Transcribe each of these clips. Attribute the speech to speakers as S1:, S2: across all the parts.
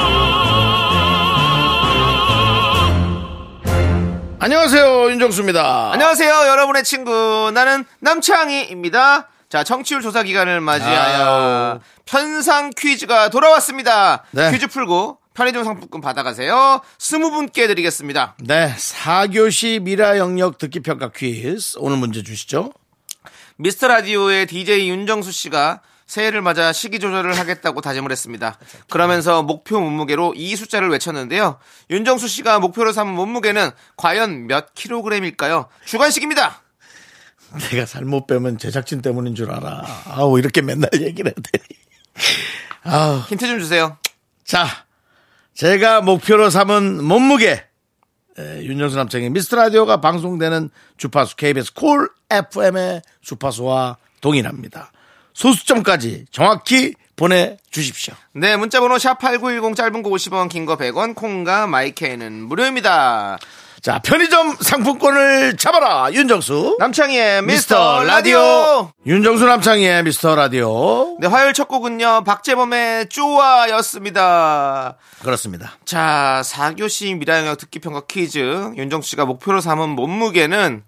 S1: 안녕하세요 윤정수입니다.
S2: 안녕하세요, 여러분의 친구. 나는 남창희입니다. 자, 청취율 조사 기간을 맞이하여
S1: 아유.
S2: 편상 퀴즈가 돌아왔습니다.
S1: 네.
S2: 퀴즈 풀고 편의점 상품권 받아가세요. 스무 분께 드리겠습니다.
S1: 네, 4교시 미라 영역 듣기 평가 퀴즈 오늘 문제 주시죠.
S2: 미스터 라디오의 DJ 윤정수 씨가 새해를 맞아 시기 조절을 하겠다고 다짐을 했습니다. 그러면서 목표 몸무게로 이 숫자를 외쳤는데요. 윤정수 씨가 목표로 삼은 몸무게는 과연 몇 킬로그램일까요? 주관식입니다.
S1: 내가 살 못 빼면 제작진 때문인 줄 알아. 아우 이렇게 맨날 얘기를 해야 되니. 아우
S2: 힌트 좀 주세요.
S1: 자, 제가 목표로 삼은 몸무게. 에, 윤정수 남창의 미스터 라디오가 방송되는 주파수 KBS 콜 FM의 주파수와 동일합니다. 소수점까지 정확히 보내주십시오.
S2: 네, 문자번호 샵8910 짧은 거 50원, 긴 거 100원, 콩과 마이케이는 무료입니다.
S1: 자, 편의점 상품권을 잡아라, 윤정수.
S2: 남창희의 미스터 라디오.
S1: 윤정수 남창희의 미스터 라디오.
S2: 네, 화요일 첫 곡은요, 박재범의 쪼아였습니다.
S1: 그렇습니다.
S2: 자, 4교시 미라영역 듣기평가 퀴즈. 윤정 씨가 목표로 삼은 몸무게는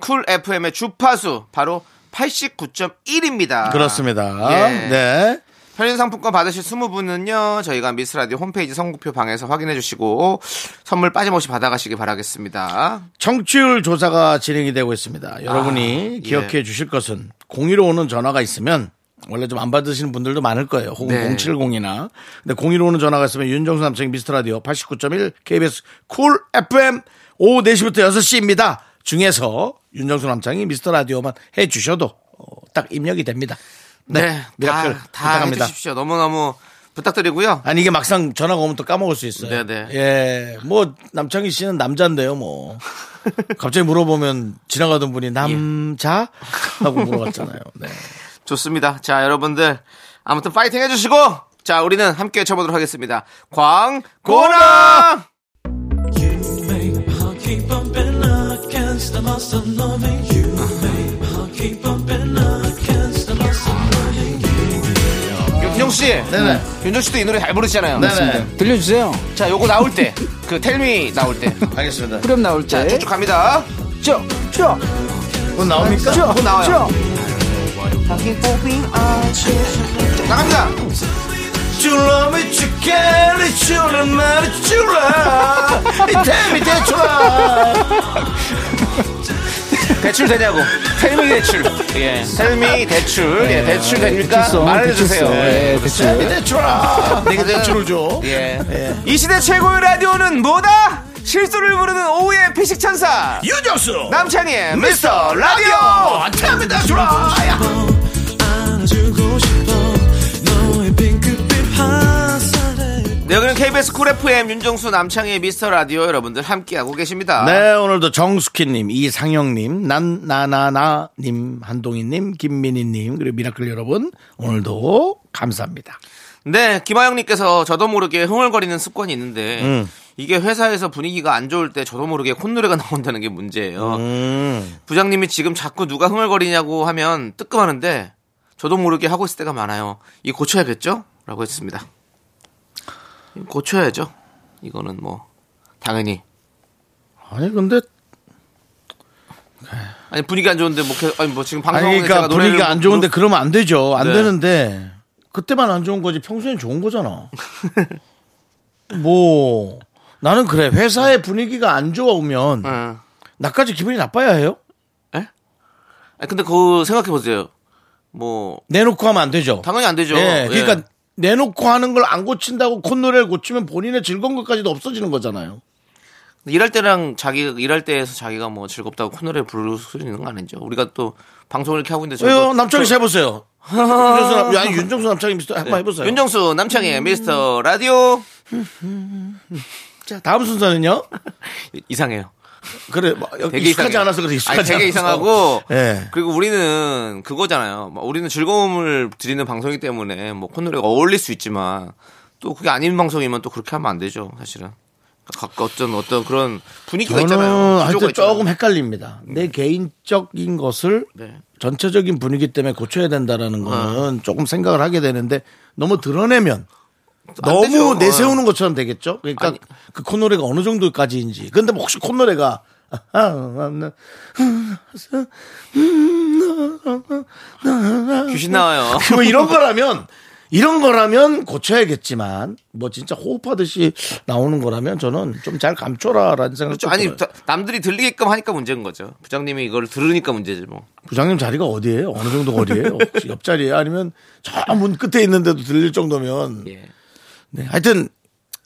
S2: 쿨 FM의 주파수, 바로 89.1입니다.
S1: 그렇습니다.
S2: 아, 예.
S1: 네.
S2: 편의점 상품권 받으실 20분은요, 저희가 미스라디오 홈페이지 선곡표 방에서 확인해 주시고, 선물 빠짐없이 받아가시기 바라겠습니다.
S1: 청취율 조사가 진행이 되고 있습니다. 여러분이
S2: 예.
S1: 기억해 주실 것은 01로 오는 전화가 있으면 원래 좀 안 받으시는 분들도 많을 거예요. 혹은
S2: 네.
S1: 070이나. 근데 01로 오는 전화가 있으면 윤정수 남창 미스터 라디오 89.1 KBS 쿨 FM 오후 4시부터 6시입니다. 중에서 윤정수 남창이 미스터 라디오만 해 주셔도 어, 딱 입력이 됩니다.
S2: 네,
S1: 미라클
S2: 다, 다
S1: 부탁합니다.
S2: 해주십시오. 너무너무 부탁드리고요.
S1: 아니 이게 막상 전화가 오면 또 까먹을 수 있어요.
S2: 네네.
S1: 예, 뭐 남창희 씨는 남자인데요, 뭐 갑자기 물어보면 지나가던 분이 남자 하고 물어봤잖아요. 네.
S2: 좋습니다. 자, 여러분들 아무튼 파이팅 해주시고 자, 우리는 함께 외쳐보도록 하겠습니다. 광고나
S3: You make my heart keep bumping against the must of loving you. make my heart keep bumping against the must of loving you.
S2: 윤정 씨,
S1: 네네.
S2: 윤정 씨도 이 노래 잘 부르시잖아요.
S1: 네네.
S4: 들려주세요.
S2: 자, 요거 나올 때, 그 텔미 나올 때,
S1: 알겠습니다.
S4: 그럼 나올 때.
S2: 쭉쭉 갑니다.
S4: 쭉, 쭉,
S1: 곧 나옵니까?
S4: 쭉,
S2: 쭉뭐 나와요.
S4: 쭉.
S2: 나갑니다.
S1: 줄라 미치겠니 줄라 말이 줄라 이태미 대출라
S2: 대출 되냐고? 텔미 대출. 예, 텔미 대출. 예, 대출 됩니까?
S4: 대출성,
S2: 말해주세요.
S4: 대출성.
S2: 예.
S4: 예, 대출.
S1: 이태미 대출라 내가 대출을 줘.
S2: 네, 예. 이 시대 최고의 라디오는 뭐다? 실수를 부르는 오후의 피식천사
S1: 유정수
S2: 남창희의 미스터 라디오.
S1: 이태미 대출라
S3: 안아주고 싶어 너의 핑크빛 화살에
S2: 네, 여기는 KBS 쿨 FM 윤정수 남창희의 미스터 라디오 여러분들 함께하고 계십니다.
S1: 네, 오늘도 정숙희님, 이상영님, 난나나나님, 한동희님, 김민희님, 그리고 미라클 여러분, 오늘도 감사합니다.
S2: 네, 김하영님께서 저도 모르게 흥얼거리는 습관이 있는데
S1: 음.
S2: 이게 회사에서 분위기가 안 좋을 때 저도 모르게 콧노래가 나온다는 게 문제예요.
S1: 음.
S2: 음. 부장님이 지금 자꾸 누가 흥얼거리냐고 하면 뜨끔하는데 저도 모르게 하고 있을 때가 많아요. 이 고쳐야겠죠? 라고 했습니다. 고쳐야죠. 이거는 뭐 당연히
S1: 아니, 근데,
S2: 아니 분위기 안 좋은데 뭐 개- 아니 뭐 지금 방송에
S1: 아니,
S2: 제가
S1: 그러니까
S2: 노래를 뭐
S1: 분위기가 안 좋은데
S2: 부르-
S1: 그러면 안 되죠. 안
S2: 네.
S1: 되는데, 그때만 안 좋은 거지, 평소엔 좋은 거잖아. 뭐, 나는 그래. 회사의 분위기가 안 좋아오면,
S2: 응.
S1: 나까지 기분이 나빠야 해요?
S2: 아니, 근데 그거 생각해 보세요. 뭐
S1: 내놓고 하면 안 되죠.
S2: 당연히 안 되죠.
S1: 예, 그러니까
S2: 예.
S1: 내놓고 하는 걸 안 고친다고 콧노래를 고치면 본인의 즐거운 것까지도 없어지는 거잖아요.
S2: 예. 일할 때랑 자기 일할 때에서 자기가 뭐 즐겁다고 콧노래 부를 수 있는 거 아니죠? 우리가 또 방송을 이렇게 하고 있는데
S1: 왜요?
S2: 저희도-
S1: 남창희 씨
S2: 저- 네.
S1: 해보세요. 윤정수 남, 아니, 윤정수 남창희 미스터 한번 해보세요.
S2: 윤정수 남창희 미스터 라디오
S1: 자, 다음 순서는요?
S2: 이- 이상해요.
S1: 그래 뭐,
S2: 되게
S1: 익숙하지
S2: 이상해요.
S1: 않아서 그래 익숙하지
S2: 아니, 되게
S1: 않아서.
S2: 이상하고
S1: 예.
S2: 그리고 우리는 그거잖아요. 막 우리는 즐거움을 드리는 방송이기 때문에 뭐 콧노래가 어울릴 수 있지만 또 그게 아닌 방송이면 또 그렇게 하면 안 되죠, 사실은. 그러니까 각각 어떤 어떤 그런 분위기가 있잖아요.
S1: 저는
S2: 구조가
S1: 하여튼
S2: 있잖아요.
S1: 조금 헷갈립니다. 내 개인적인 것을
S2: 네.
S1: 전체적인 분위기 때문에 고쳐야
S2: 아.
S1: 된다라는 거는 조금 생각을 하게 되는데 너무 드러내면
S2: 안
S1: 너무
S2: 되죠. 어.
S1: 내세우는 것처럼 되겠죠. 그러니까
S2: 아니.
S1: 그 콧노래가 어느 정도까지인지. 근데 뭐 혹시 콧노래가 아, 네.
S2: 귀신 나와요.
S1: 어, 뭐 이런 거라면 이런 거라면 고쳐야겠지만 뭐 진짜 호흡하듯이 나오는 거라면 저는 좀 잘 감춰라라는 생각이
S2: 그렇죠. 아니 다- 남들이 들리게끔 하니까 문제인 거죠. 부장님이 이걸 들으니까 문제지 뭐.
S1: 부장님 자리가 어디예요? 어느 정도 거리예요? 혹시 옆자리에 아니면 저 문 끝에 있는데도 들릴 정도면
S2: 예.
S1: 네, 하여튼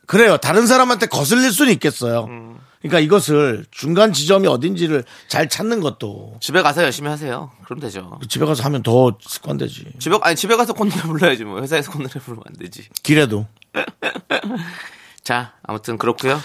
S1: 그래요. 다른 사람한테 거슬릴 수는 있겠어요.
S2: 음.
S1: 그러니까 이것을 중간 지점이 어딘지를 잘 찾는 것도
S2: 집에 가서 열심히 하세요. 그럼 되죠.
S1: 집에 가서 하면 더 습관되지.
S2: 집에 아니 집에 가서 콧노래 불러야지 뭐 회사에서 콧노래 부르면 안 되지.
S1: 길에도.
S2: 자 아무튼 그렇고요.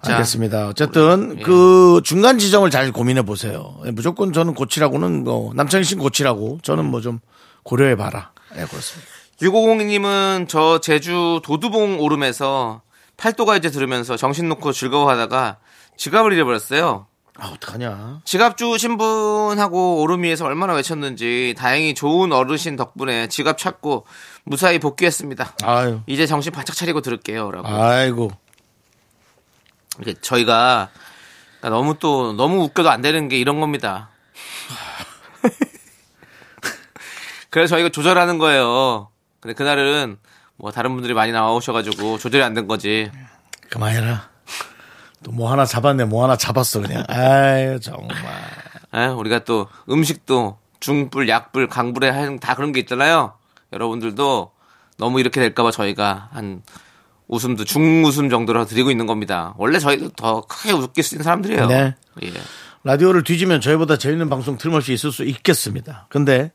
S2: 자, 예.
S1: 알겠습니다. 어쨌든 그 중간 지점을 잘 고민해 보세요. 예, 무조건 저는 고치라고는 뭐 남창희 씨는 고치라고 저는 뭐 좀 고려해 봐라. 예, 그렇습니다.
S2: 6502님은 저 제주 도두봉 오름에서 팔도가 이제 들으면서 정신 놓고 즐거워하다가 지갑을 잃어버렸어요.
S1: 아 어떡하냐.
S2: 지갑 주신 분하고 오름 위에서 얼마나 외쳤는지 다행히 좋은 어르신 덕분에 지갑 찾고 무사히 복귀했습니다.
S1: 아유.
S2: 이제 정신 바짝 차리고 들을게요라고.
S1: 아이고.
S2: 이렇게 저희가 그러니까 너무 또 너무 웃겨도 안 되는 게 이런 겁니다. 그래서 저희가 조절하는 거예요. 근데 그날은 뭐 다른 분들이 많이 나오셔가지고 조절이 안 된 거지.
S1: 그만해라. 또 뭐 하나 잡았네, 뭐 하나 잡았어, 그냥. 아유, 정말.
S2: 에, 예? 우리가 또 음식도 중불, 약불, 강불에 한- 다 그런 게 있잖아요. 여러분들도 너무 이렇게 될까봐 저희가 한 웃음도 중웃음 정도로 드리고 있는 겁니다. 원래 저희도 더 크게 웃길 수 있는 사람들이에요.
S1: 네.
S2: 예.
S1: 라디오를 뒤지면 저희보다 재밌는 방송 틀림없이 있을 수 있겠습니다. 근데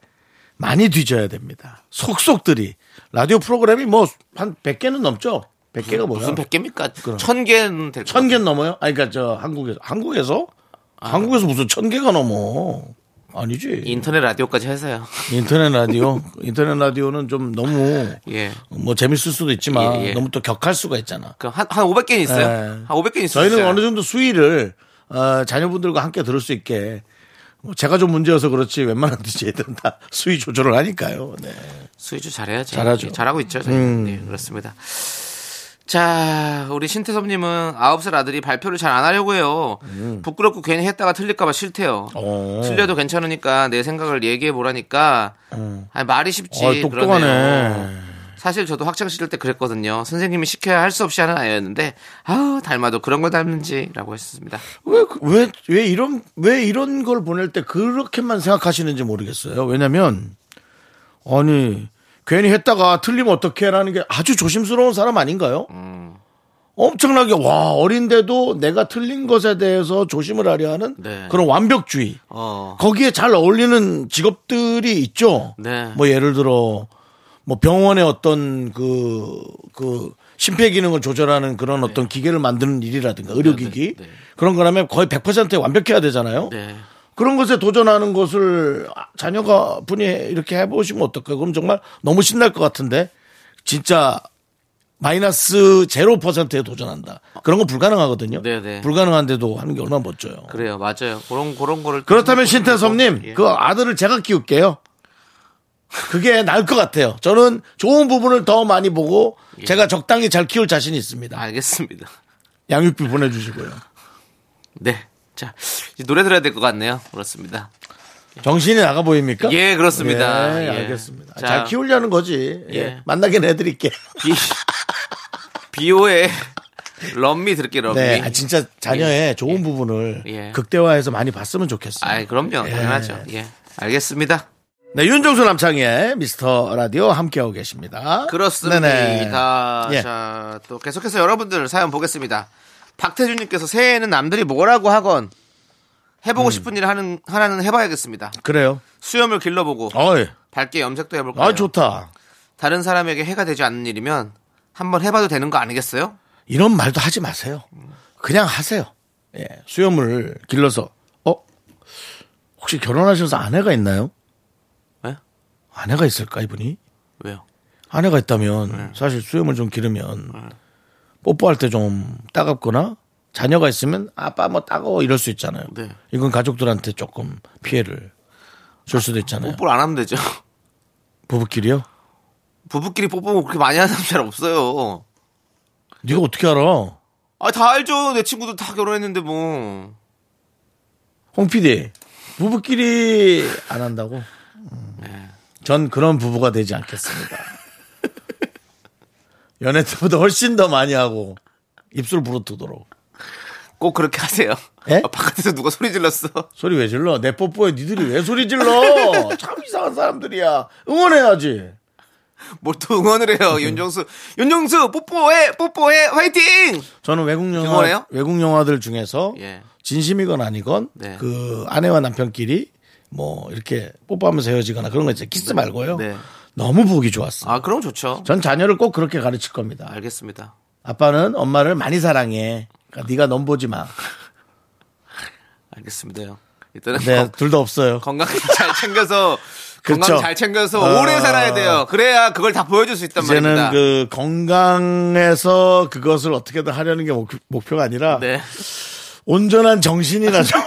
S1: 많이 뒤져야 됩니다. 속속들이. 라디오 프로그램이 뭐 한 100개는 넘죠? 100개가 뭐야?
S2: 무슨 100개입니까? 1000개는 될것 같아요.
S1: 아, 1000개 넘어요? 아니, 그러니까 저 한국에서. 한국에서? 한국에서 무슨 1000개가 넘어. 아니지.
S2: 아. 인터넷 라디오까지 해서요.
S1: 인터넷 라디오. 인터넷 라디오는 좀 너무
S2: 예.
S1: 뭐 재밌을 수도 있지만
S2: 예, 예.
S1: 너무 또 격할 수가 있잖아.
S2: 그럼 한, 한 500개는 있어요.
S1: 예.
S2: 한 500개는 있어요.
S1: 저희는 어느 정도 수위를 어, 자녀분들과 함께 들을 수 있게 뭐 제가 좀 문제여서 그렇지 웬만한 DJ들은 다 수위 조절을 하니까요. 네.
S2: 수위주 잘해야죠.
S1: 잘하죠. 음.
S2: 예, 잘하고 있죠. 저희. 네, 그렇습니다. 자, 우리 신태섭님은 9살 아들이 발표를 잘 안 하려고 해요. 부끄럽고 괜히 했다가 틀릴까봐 싫대요.
S1: 음. 어.
S2: 틀려도 괜찮으니까 내 생각을 얘기해보라니까. 아니, 말이 쉽지.
S1: 어이, 어. 똑똑하네.
S2: 그러네요. 사실 저도 학창 시절 때 그랬거든요. 선생님이 시켜야 할 수 없이 하는 아이였는데, 아우, 닮아도 그런 걸 닮는지라고 했습니다.
S1: 왜, 그- 왜, 왜 이런, 왜 이런 걸 보낼 때 그렇게만 생각하시는지 모르겠어요. 왜냐면, 아니, 괜히 했다가 틀리면 어떡해라는 게 아주 조심스러운 사람 아닌가요? 엄청나게, 와, 어린데도 내가 틀린 것에 대해서 조심을 하려 하는
S2: 네.
S1: 그런 완벽주의.
S2: 어.
S1: 거기에 잘 어울리는 직업들이 있죠.
S2: 네.
S1: 뭐 예를 들어 뭐 병원의 어떤 그, 그 심폐 기능을 조절하는 그런 어떤 기계를 만드는 일이라든가 의료기기
S2: 네, 네.
S1: 그런 거라면 거의 100% 완벽해야 되잖아요.
S2: 네.
S1: 그런 것에 도전하는 것을 아, 자녀가 분이 이렇게 해보시면 어떨까요? 그럼 정말 너무 신날 것 같은데 진짜 마이너스 0%에 도전한다. 그런 거 불가능하거든요.
S2: 네, 그렇죠. 네.
S1: 불가능한데도 하는 게 얼마나 멋져요.
S2: 그래요. 맞아요. 그런, 그런 거를.
S1: 그렇다면
S2: 좀-
S1: 신태섭님
S2: 예.
S1: 그 아들을 제가 키울게요. 그게 나을 것 같아요. 저는 좋은 부분을 더 많이 보고
S2: 예.
S1: 제가 적당히 잘 키울 자신이 있습니다.
S2: 아, 알겠습니다.
S1: 양육비 보내주시고요.
S2: 네. 자, 이제 노래 들어야 될 것 같네요. 그렇습니다.
S1: 정신이 나가 보입니까?
S2: 예, 그렇습니다.
S1: 예,
S2: 예.
S1: 알겠습니다.
S2: 자.
S1: 잘 키우려는 거지. 예.
S2: 예.
S1: 만나긴 해드릴게요.
S2: 비, 비오의 럼미 들을게요, 럼미.
S1: 네, 아, 진짜 자녀의 좋은 부분을
S2: 예.
S1: 극대화해서 많이 봤으면 좋겠어요.
S2: 아이, 그럼요. 당연하죠. 예. 알겠습니다.
S1: 네, 윤종수 남창희의 미스터 라디오 함께하고 계십니다.
S2: 그렇습니다.
S1: 네네. 예.
S2: 자, 또 계속해서 여러분들 사연 보겠습니다. 박태준님께서 새해에는 남들이 뭐라고 하건
S1: 음.
S2: 해보고 싶은 일 하는, 하나는 해봐야겠습니다.
S1: 그래요.
S2: 수염을 길러보고
S1: 어이,
S2: 밝게 염색도 해볼까요?
S1: 아 좋다.
S2: 다른 사람에게 해가 되지 않는 일이면 한번 해봐도 되는 거 아니겠어요?
S1: 이런 말도 하지 마세요. 그냥 하세요. 예, 수염을 길러서 어 혹시 결혼하셔서 아내가 있나요?
S2: 예?
S1: 아내가 있을까 이분이?
S2: 왜요?
S1: 아내가 있다면
S2: 네.
S1: 사실 수염을 좀 기르면 뽀뽀할 때 좀 따갑거나 자녀가 있으면 아빠 뭐 따가워 이럴 수 있잖아요.
S2: 네.
S1: 이건 가족들한테 조금 피해를 줄 수도 있잖아요.
S2: 네. 뽀뽀를 안 하면 되죠.
S1: 부부끼리요?
S2: 부부끼리 뽀뽀 그렇게 많이 하는 사람 잘 없어요.
S1: 네가 어떻게 알아?
S2: 아, 다 알죠. 내 친구들 다 결혼했는데 뭐.
S1: 홍 PD 부부끼리 안 한다고? 음.
S2: 네.
S1: 전 그런 부부가 되지 않겠습니다. 연애 때보다 훨씬 더 많이 하고 입술 부러뜨도록
S2: 꼭 그렇게 하세요.
S1: 예?
S2: 아, 바깥에서 누가 소리 질렀어.
S1: 소리 왜 질러? 내 뽀뽀에 니들이 왜 소리 질러? 참 이상한 사람들이야. 응원해야지.
S2: 뭘 또 응원을
S1: 음.
S2: 해요. 윤정수. 윤정수 뽀뽀해. 뽀뽀해. 화이팅!
S1: 저는 외국 영화
S2: 응원해요?
S1: 외국 영화들 중에서
S2: 예.
S1: 진심이건 아니건
S2: 네.
S1: 그 아내와 남편끼리 뭐 이렇게 뽀뽀하면서 헤어지거나 그런 거 있죠. 키스 말고요.
S2: 네.
S1: 너무 보기 좋았어.
S2: 아, 그럼 좋죠.
S1: 전 자녀를 꼭 그렇게 가르칠 겁니다.
S2: 알겠습니다.
S1: 아빠는 엄마를 많이 사랑해. 그러니까 네가 넘보지 마.
S2: 알겠습니다요. 일단은
S1: 네,
S2: 건-
S1: 둘 다 없어요.
S2: 건강 잘 챙겨서
S1: 그렇죠.
S2: 건강 잘 챙겨서
S1: 어.
S2: 오래 살아야 돼요. 그래야 그걸 다 보여줄 수 있단
S1: 이제는
S2: 말입니다.
S1: 그 건강에서 그것을 어떻게든 하려는 게 목, 목표가 아니라
S2: 네.
S1: 온전한 정신이나 좀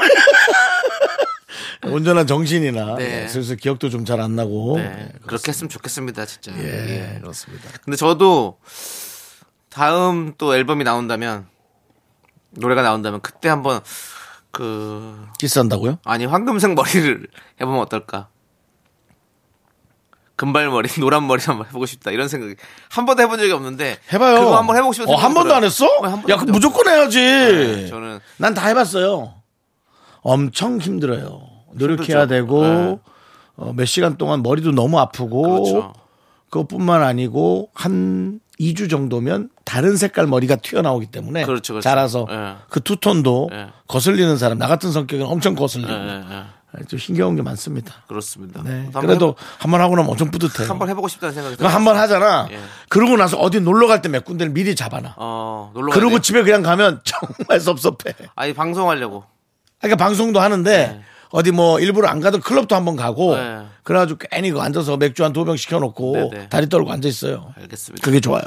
S1: 온전한 정신이나
S2: 네.
S1: 예, 슬슬 기억도 좀 잘 안 나고
S2: 네. 그렇게 했으면 좋겠습니다, 진짜.
S1: 예,
S2: 예.
S1: 그렇습니다.
S2: 근데 저도 다음 또 앨범이 나온다면 노래가 나온다면 그때 한번 그
S1: 키스한다고요?
S2: 아니 황금색 머리를 해보면 어떨까? 금발 머리, 노란 머리 한번 해보고 싶다 이런 생각이 한 번도 해본 적이 없는데
S1: 해봐요.
S2: 그거 한번 해보고 싶어서
S1: 어, 한 번도 안 했어?
S2: 네, 한 번도
S1: 야,
S2: 한
S1: 그럼
S2: 번도
S1: 무조건 해야지.
S2: 네, 저는
S1: 난 다 해봤어요. 엄청 힘들어요. 노력해야
S2: 힘들죠.
S1: 되고
S2: 네.
S1: 어, 몇 시간 동안 머리도 너무 아프고
S2: 그렇죠.
S1: 것뿐만 아니고 한 2주 정도면 다른 색깔 머리가 튀어나오기 때문에
S2: 그렇죠, 그렇죠.
S1: 자라서
S2: 예.
S1: 그 투톤도
S2: 예.
S1: 거슬리는 사람 나 같은 성격은 엄청 거슬리고
S2: 예, 예, 예.
S1: 좀 힘겨운 게 많습니다.
S2: 그렇습니다.
S1: 네.
S2: 한번
S1: 그래도 한 번 하고 나면 엄청 뿌듯해요.
S2: 한 번 해보고 싶다는 생각이
S1: 그거 한번 하잖아.
S2: 예.
S1: 그러고 나서 어디 놀러 갈 때 몇 군데를 미리 잡아놔.
S2: 어 놀러
S1: 그러고
S2: 그러고
S1: 집에 그냥 가면 정말 섭섭해.
S2: 아니 방송하려고
S1: 그러니까 방송도 하는데
S2: 예.
S1: 어디 뭐 일부러 안 가도 클럽도 한번 가고
S2: 네.
S1: 그래가지고 괜히 그 앉아서 맥주 한 두 병 시켜놓고
S2: 네, 네.
S1: 다리 떨고 앉아 있어요.
S2: 알겠습니다.
S1: 그게 좋아요.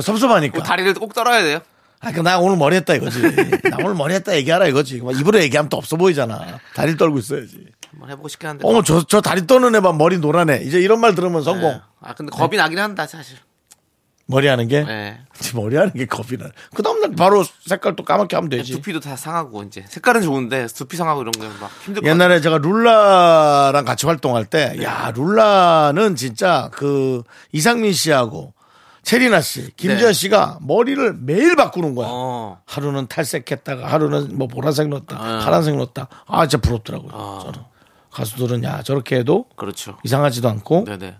S1: 섭섭하니까.
S2: 꼭뭐 다리를 꼭 떨어야 돼요.
S1: 아, 그나 오늘 머리 했다 이거지. 나 오늘 머리 했다 얘기하라 이거지. 막 입으로 얘기하면 또 없어 보이잖아. 다리 떨고 있어야지.
S2: 한번 해보고 싶긴 한데.
S1: 어머, 뭐. 저, 저 다리 떠는 애봐 머리 노란애. 이제 이런 말 들으면 성공.
S2: 예. 아 근데
S1: 네.
S2: 겁이 나긴 한다 사실.
S1: 머리 하는 게?
S2: 예.
S1: 지 머리 하는 게 겁이 나. 그 다음날 바로 색깔 또 까맣게 하면 되지.
S2: 두피도 다 상하고 이제 색깔은 좋은데 두피 상하고 이런 게 막 힘들 것
S1: 옛날에 제가 룰라랑 같이 활동할 때,
S2: 네.
S1: 야, 룰라는 진짜 그 이상민 씨하고 체리나 씨, 김지아
S2: 네.
S1: 씨가 머리를 매일 바꾸는 거야.
S2: 어.
S1: 하루는 탈색했다가 하루는 뭐 보라색 넣었다,
S2: 어.
S1: 파란색 넣었다. 아, 진짜 부럽더라고요.
S2: 어.
S1: 저는. 가수들은 야, 저렇게 해도
S2: 그렇죠.
S1: 이상하지도 않고.
S2: 네네.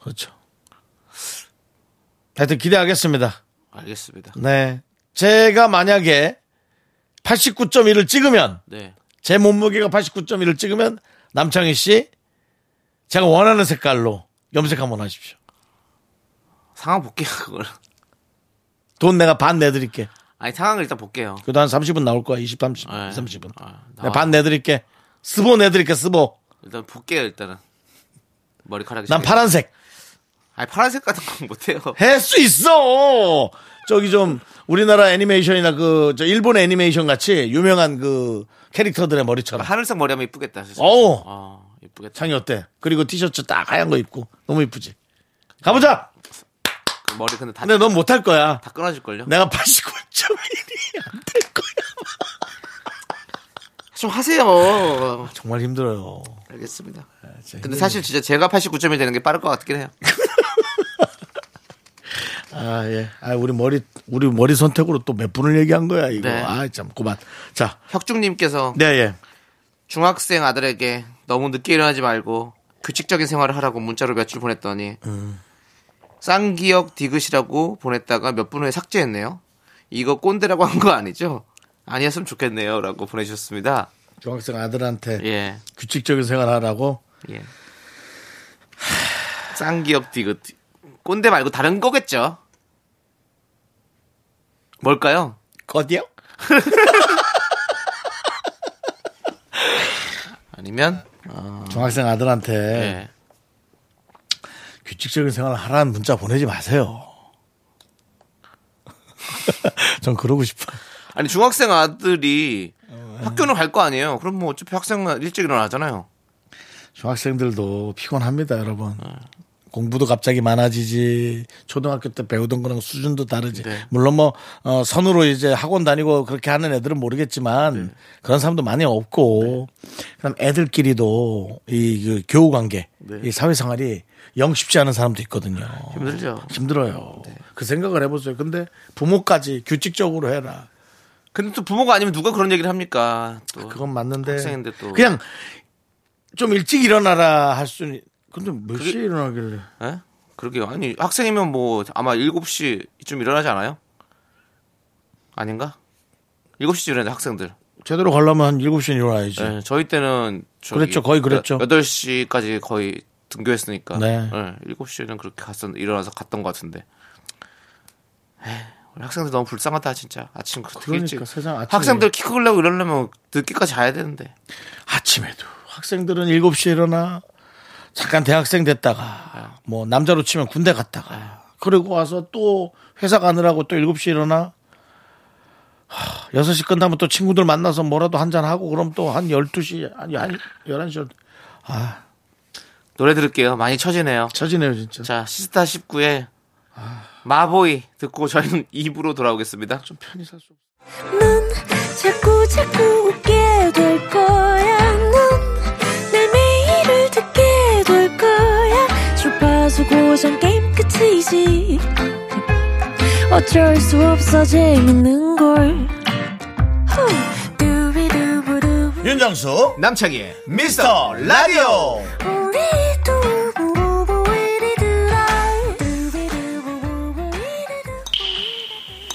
S1: 그렇죠. 하여튼 기대하겠습니다.
S2: 알겠습니다.
S1: 네. 제가 만약에 89.1을 찍으면
S2: 네.
S1: 제 몸무게가 89.1을 찍으면 남창희 씨 제가 원하는 색깔로 염색 한번 하십시오.
S2: 상황 볼게요 그걸.
S1: 돈 내가 반 내드릴게.
S2: 아니 상황을 일단 볼게요.
S1: 그래도 한 30분 나올 거야. 20, 30,
S2: 네.
S1: 30분.
S2: 아, 나와.
S1: 내가 반 내드릴게. 스보 내드릴게. 스보.
S2: 일단 볼게요 일단은. 머리카락이.
S1: 난 파란색.
S2: 아니 파란색 같은 건 못해요.
S1: 할 수 있어. 저기 좀 우리나라 애니메이션이나 그 저 일본 애니메이션 같이 유명한 그 캐릭터들의 머리처럼.
S2: 하늘색 머리 하면 이쁘겠다. 사실.
S1: 어우.
S2: 어 이쁘겠다.
S1: 창이 어때? 그리고 티셔츠 딱 하얀 거 입고 너무 이쁘지. 가보자.
S2: 그 머리 근데 다,
S1: 근데 네. 넌 못할 거야.
S2: 다 끊어질걸요.
S1: 내가 89.1이 안 될 거야.
S2: 좀 하세요.
S1: 정말 힘들어요.
S2: 알겠습니다. 근데 사실 진짜 제가 89점이 되는 게 빠를 것 같긴 해요.
S1: 아 예. 아 우리 머리 우리 머리 선택으로 또 몇 분을 얘기한 거야 이거.
S2: 네.
S1: 아 참 그만. 자,
S2: 혁중님께서
S1: 네 예.
S2: 중학생 아들에게 너무 늦게 일어나지 말고 규칙적인 생활을 하라고 문자로 며칠 보냈더니
S1: 음.
S2: 쌍기역 디귿이라고 보냈다가 몇 분 후에 삭제했네요. 이거 꼰대라고 한 거 아니죠? 아니었으면 좋겠네요라고 보내주셨습니다.
S1: 중학생 아들한테
S2: 예,
S1: 규칙적인 생활하라고.
S2: 예. 쌍기역 디귿 꼰대 말고 다른 거겠죠? 뭘까요?
S1: 어디요?
S2: 아니면 어,
S1: 중학생 아들한테
S2: 예.
S1: 규칙적인 생활을 하라는 문자 보내지 마세요. 전 그러고 싶어요.
S2: 아니 중학생 아들이 학교는 갈 거 아니에요. 그럼 뭐 어차피 학생은 일찍 일어나잖아요.
S1: 중학생들도 피곤합니다, 여러분. 공부도 갑자기 많아지지 초등학교 때 배우던 거랑 수준도 다르지
S2: 네.
S1: 물론 뭐 어, 선으로 이제 학원 다니고 그렇게 하는 애들은 모르겠지만 그런 사람도 많이 없고 그다음 애들끼리도 이그 교우 관계 이 사회생활이 영 쉽지 않은 사람도 있거든요
S2: 힘들죠.
S1: 힘들어요
S2: 네.
S1: 그 생각을 해보세요 근데 부모까지 규칙적으로 해라
S2: 근데 또 부모가 아니면 누가 그런 얘기를 합니까? 또
S1: 아, 그건 맞는데
S2: 학생인데 또.
S1: 그냥 좀 일찍 일어나라 할 수는 근데 몇 시에 일어나길래
S2: 예? 그러게요. 아니 학생이면 뭐 아마 7시쯤 일어나지 않아요? 아닌가? 7시쯤 일어나죠 학생들.
S1: 제대로 가려면 한 7시에 일어나야지.
S2: 예, 저희 때는 저기
S1: 그렇죠. 그랬죠. 거의 그랬죠.
S2: 여- 8시까지 거의 등교했으니까
S1: 네.
S2: 예, 7시에는 그렇게 갔었 일어나서 갔던 것 같은데. 에이, 우리 학생들 너무 불쌍하다 진짜. 아침 그렇게
S1: 그러니까
S2: 일찍.
S1: 세상 아침에.
S2: 학생들 키 크려고 이러려면 늦게까지 자야 되는데.
S1: 아침에도 학생들은 7시에 일어나 잠깐 대학생 됐다가 뭐 남자로 치면 군대 갔다가 그리고 와서 또 회사 가느라고 또 7시에 일어나 하, 6시 끝나면 또 친구들 만나서 뭐라도 한잔 하고 그럼 또 한 12시 아니 아니 11시 아,
S2: 노래 들을게요. 많이 처지네요.
S1: 처지네요, 진짜.
S2: 자, 시스타 19의 마보이 듣고 저희는 2부로 돌아오겠습니다.
S1: 좀 편히 살 수. 없어.
S4: 넌 자꾸 자꾸 웃게 될 거야. 넌내 매일을 듣게 될 거야. 주파수 고정 게임 끝이지. 어쩔 수 없어 재밌는 걸. 후. 두비두부두.
S1: 윤정수
S2: 남창희의
S1: 미스터 라디오
S4: 우리 두부부부 우리 두라. 두비두부부부 우리 두라.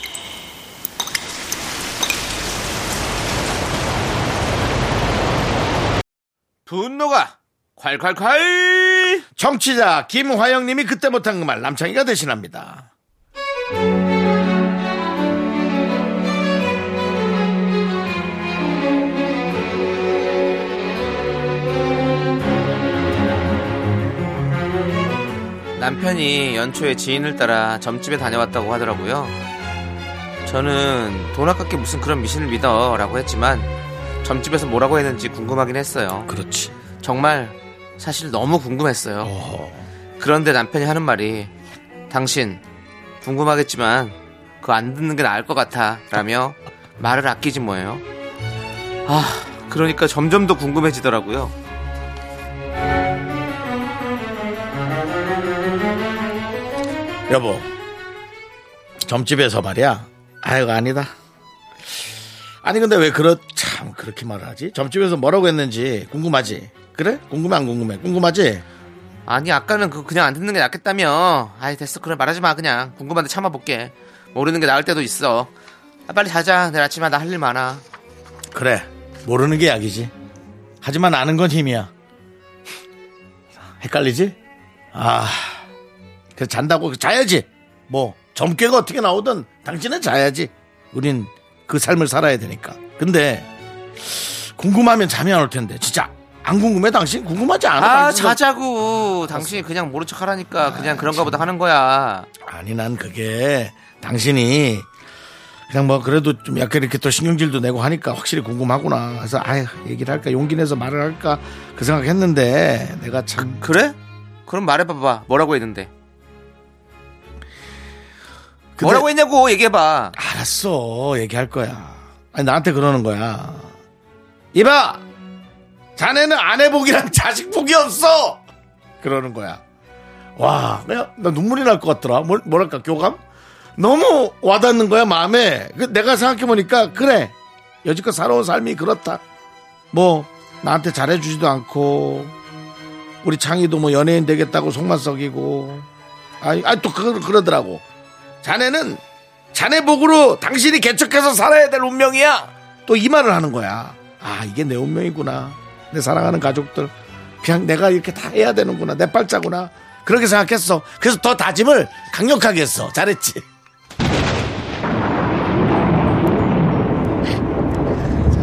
S2: 분노가 콸콸콸!
S1: 정치자 김화영 님이 그때 못한 그 말 남창희가 대신합니다.
S2: 남편이 연초에 지인을 따라 점집에 다녀왔다고 하더라고요. 저는 돈 아깝게 무슨 그런 미신을 믿어 라고 했지만 점집에서 뭐라고 했는지 궁금하긴 했어요.
S1: 그렇지.
S2: 정말 사실 너무 궁금했어요. 그런데 남편이 하는 말이 당신 궁금하겠지만 그거 안 듣는 게 나을 것 같아 라며 말을 아끼지 뭐예요. 아 그러니까 점점 더 궁금해지더라고요.
S1: 여보, 점집에서 말이야. 아이고, 아니다. 아니, 근데 왜 그렇, 참, 그렇게 말을 하지? 점집에서 뭐라고 했는지 궁금하지? 그래? 궁금해, 안 궁금해? 궁금하지?
S2: 아니 아까는 그 그냥 안 듣는 게 낫겠다며 아이 됐어 그럼 말하지 마 그냥 궁금한데 참아볼게 모르는 게 나을 때도 있어 아, 빨리 자자 내일 아침에 나 할 일 많아
S1: 그래. 모르는 게 약이지. 하지만 아는 건 힘이야. 헷갈리지? 아, 그래서 잔다고 자야지. 뭐, 점괘가 어떻게 나오든 당신은 자야지. 우린 그 삶을 살아야 되니까. 근데, 궁금하면 잠이 안 올 텐데. 진짜. 안 궁금해, 당신? 궁금하지 않아?
S2: 아
S1: 당신은?
S2: 자자고 당신이 그냥 모른 척 하라니까 그냥 그런가 보다 하는 거야
S1: 아니 난 그게 당신이 그냥 뭐 그래도 좀 약간 이렇게 또 신경질도 내고 하니까 확실히 궁금하구나. 그래서 아휴 얘기를 할까 용기 내서 말을 할까 그 생각했는데 내가 참
S2: 그래? 그럼 말해봐봐 뭐라고 했는데
S1: 근데-
S2: 뭐라고 했냐고 얘기해봐
S1: 알았어 얘기할 거야. 아니 나한테 그러는 거야. 이봐 자네는 아내복이랑 자식복이 없어. 그러는 거야. 와, 내가- 나 눈물이 날 것 같더라. 뭘, 뭐랄까, 교감? 너무 와닿는 거야, 마음에. 그 내가 생각해보니까, 그래. 여지껏 살아온 삶이 그렇다. 뭐, 나한테 잘해주지도 않고, 우리 창희도 뭐 연예인 되겠다고 속만 썩이고, 아이, 아이 또 그, 그러더라고. 자네는 자네 복으로 당신이 개척해서 살아야 될 운명이야. 또 이 말을 하는 거야. 아, 이게 내 운명이구나. 내 사랑하는 가족들. 그냥 내가 이렇게 다 해야 되는구나. 내 팔자구나. 그렇게 생각했어. 그래서 더 다짐을 강력하게 했어. 잘했지.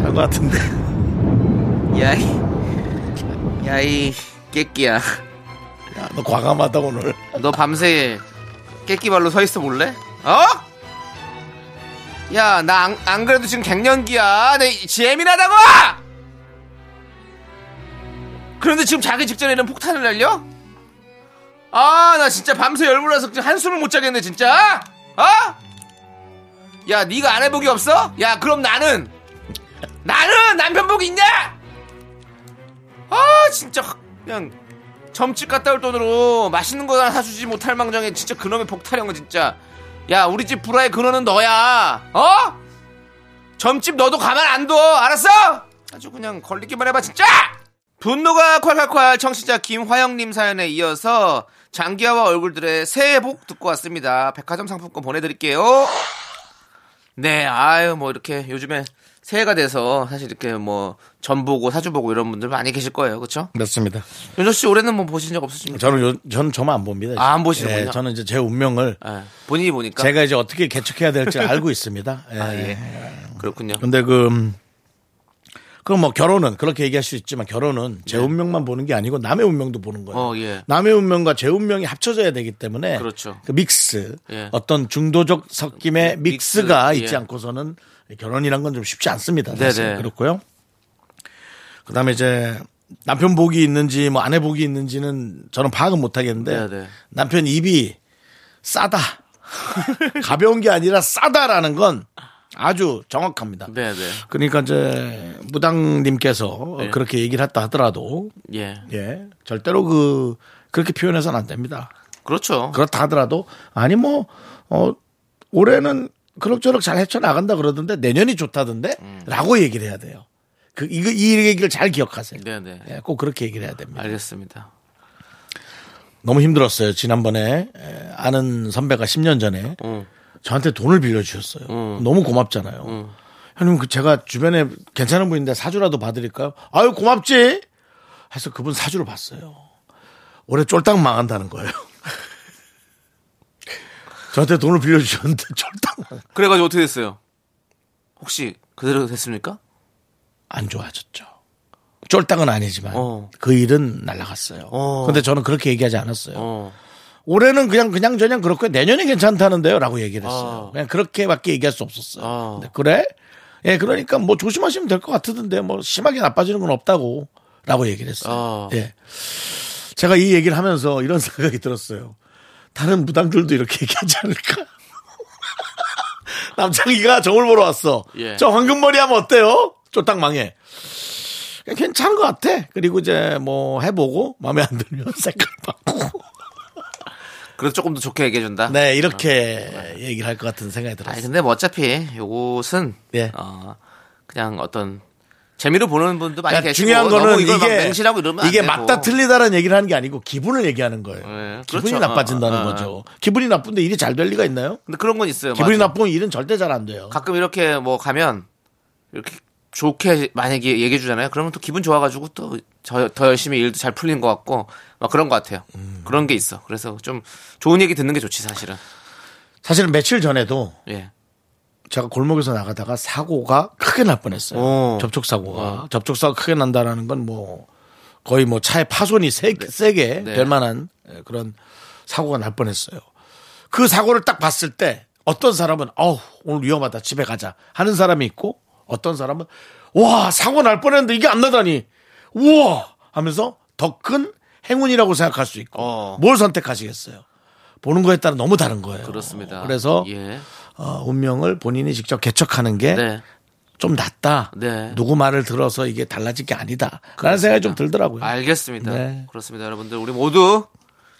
S1: 것 같은데.
S2: 야이 야이 깨끼야
S1: 야, 너 과감하다 오늘.
S2: 너 밤새 깨끼발로 서 있어 볼래? 어? 야 나 안 그래도 지금 갱년기야 내 재민하다고 그런데 지금 자기 직전에는 폭탄을 날려? 아 나 진짜 밤새 열불나서 지금 한숨을 못 자겠네 진짜 어? 야 네가 안 해보기 없어? 야 그럼 나는 나는 남편복 있냐? 아 진짜 확 그냥 점집 갔다 올 돈으로 맛있는 거 하나 사주지 못할 망정에 진짜 그놈의 폭타령은 진짜 야 우리 집 불화의 근원은 너야 어? 점집 너도 가만 안둬 알았어? 아주 그냥 걸리기만 해봐 진짜 분노가 콸콸콸 청취자 김화영님 사연에 이어서 장기하와 얼굴들의 새해 복 듣고 왔습니다 백화점 상품권 보내드릴게요 네, 아유, 뭐, 이렇게 요즘에 새해가 돼서 사실 이렇게 뭐, 전 보고 사주 보고 이런 분들 많이 계실 거예요. 그쵸?
S1: 맞습니다.
S2: 윤정 씨 올해는 뭐 보신 적 없으십니까?
S1: 저는 요, 저는 저만 안 봅니다.
S2: 아, 안 보시는군요.
S1: 예, 저는 이제 제 운명을
S2: 예, 본인이 보니까.
S1: 제가 이제 어떻게 개척해야 될지 알고 있습니다. 예.
S2: 아, 예. 그렇군요.
S1: 근데 그, 음, 그럼 뭐 결혼은 그렇게 얘기할 수 있지만 결혼은 제 운명만 보는 게 아니고 남의 운명도 보는 거예요.
S2: 어, 예.
S1: 남의 운명과 제 운명이 합쳐져야 되기 때문에
S2: 그렇죠.
S1: 그 믹스
S2: 예.
S1: 어떤 중도적 섞임의
S2: 믹스,
S1: 믹스가
S2: 예.
S1: 있지 않고서는 결혼이란 건 좀 쉽지 않습니다.
S2: 네네.
S1: 사실. 그렇고요. 그다음에 이제 남편 복이 있는지 뭐 아내 복이 있는지는 저는 파악은 못 하겠는데
S2: 네네.
S1: 남편 입이 싸다. 가벼운 게 아니라 싸다라는 건 아주 정확합니다.
S2: 네, 네.
S1: 그러니까 이제 무당님께서
S2: 네.
S1: 그렇게 얘기를 했다 하더라도
S2: 예.
S1: 예 절대로 그 그렇게 표현해서는 안 됩니다.
S2: 그렇죠.
S1: 그렇다 하더라도 아니 뭐 어, 올해는 그럭저럭 잘 헤쳐 나간다 그러던데 내년이
S2: 음.
S1: 좋다던데라고 얘기를 해야 돼요. 그 이거 이 얘기를 잘 기억하세요.
S2: 네네.
S1: 예, 꼭 그렇게 얘기를 해야 됩니다.
S2: 알겠습니다.
S1: 너무 힘들었어요. 지난번에 에, 아는 선배가 10년 전에
S2: 어.
S1: 저한테 돈을 빌려주셨어요. 너무 고맙잖아요. 형님, 그 제가 주변에 괜찮은 분인데 사주라도 봐드릴까요? 아유, 고맙지? 해서 그분 사주를 봤어요. 올해 쫄딱 망한다는 거예요. 저한테 돈을 빌려주셨는데 쫄딱 망-
S2: 그래가지고 어떻게 됐어요? 혹시 그대로 됐습니까?
S1: 안 좋아졌죠. 쫄딱은 아니지만
S2: 어.
S1: 그 일은 날라갔어요.
S2: 어.
S1: 근데 저는 그렇게 얘기하지 않았어요.
S2: 어.
S1: 올해는 그냥 그냥 저냥 그렇고 내년에 괜찮다는데요라고 얘기를 했어요.
S2: 아.
S1: 그냥 그렇게밖에 얘기할 수 없었어요.
S2: 아.
S1: 근데 그래? 예, 그러니까 뭐 조심하시면 될 것 같은데 뭐 심하게 나빠지는 건 없다고라고 얘기를 했어요.
S2: 아.
S1: 예. 제가 이 얘기를 하면서 이런 생각이 들었어요. 다른 무당들도 이렇게 얘기하지 않을까? 남창이가 정을 보러 왔어.
S2: 예.
S1: 저 황금머리 하면 어때요? 쫄딱 망해. 그냥 괜찮은 것 같아. 그리고 이제 뭐 해보고 마음에 안 들면 색깔 바꾸고.
S2: 그래도 조금 더 좋게 얘기해준다?
S1: 네, 이렇게 얘기를 할 것 같은 생각이
S2: 아, 아니,
S1: 들었어요.
S2: 근데 뭐 어차피 요것은.
S1: 예.
S2: 어, 그냥 어떤. 재미로 보는 분도 많이
S1: 그러니까
S2: 계시고
S1: 중요한
S2: 너무
S1: 거는
S2: 이걸 막
S1: 이게
S2: 뭐 맹신하고 이러면 안
S1: 이게
S2: 되고.
S1: 맞다 틀리다라는 얘기를 하는 게 아니고 기분을 얘기하는 거예요.
S2: 예,
S1: 기분이
S2: 그렇죠.
S1: 나빠진다는
S2: 아, 아, 아.
S1: 거죠. 기분이 나쁜데 일이 잘 될 리가 있나요?
S2: 근데 그런 건 있어요.
S1: 기분이
S2: 맞아.
S1: 나쁘면 일은 절대 잘 안 돼요.
S2: 가끔 이렇게 뭐 가면 이렇게 좋게 만약에 얘기해 주잖아요. 그러면 또 기분 좋아가지고 또 더 열심히 일도 잘 풀린 것 같고 막 그런 것 같아요.
S1: 음.
S2: 그런 게 있어. 그래서 좀 좋은 얘기 듣는 게 좋지 사실은.
S1: 사실은 며칠 전에도
S2: 예.
S1: 제가 골목에서 나가다가 사고가 크게 날 뻔했어요.
S2: 오.
S1: 접촉
S2: 어.
S1: 사고가 접촉 사고 크게 난다라는 건 뭐 거의 뭐 차에 파손이 세, 세게
S2: 네.
S1: 될 만한 예, 그런 사고가 날 뻔했어요. 그 사고를 딱 봤을 때 어떤 사람은 어우 오늘 위험하다 집에 가자 하는 사람이 있고 어떤 사람은 와 사고 날 뻔했는데 이게 안 나다니 우와 하면서 더 큰 행운이라고 생각할 수 있고
S2: 어.
S1: 뭘 선택하시겠어요? 보는 거에 따라 너무 다른 거예요.
S2: 그렇습니다.
S1: 그래서
S2: 예.
S1: 어, 운명을 본인이 직접 개척하는 게 좀
S2: 네.
S1: 낫다.
S2: 네.
S1: 누구 말을 들어서 이게 달라질 게 아니다. 라는 생각이 좀 들더라고요.
S2: 알겠습니다.
S1: 네.
S2: 그렇습니다, 여러분들. 우리 모두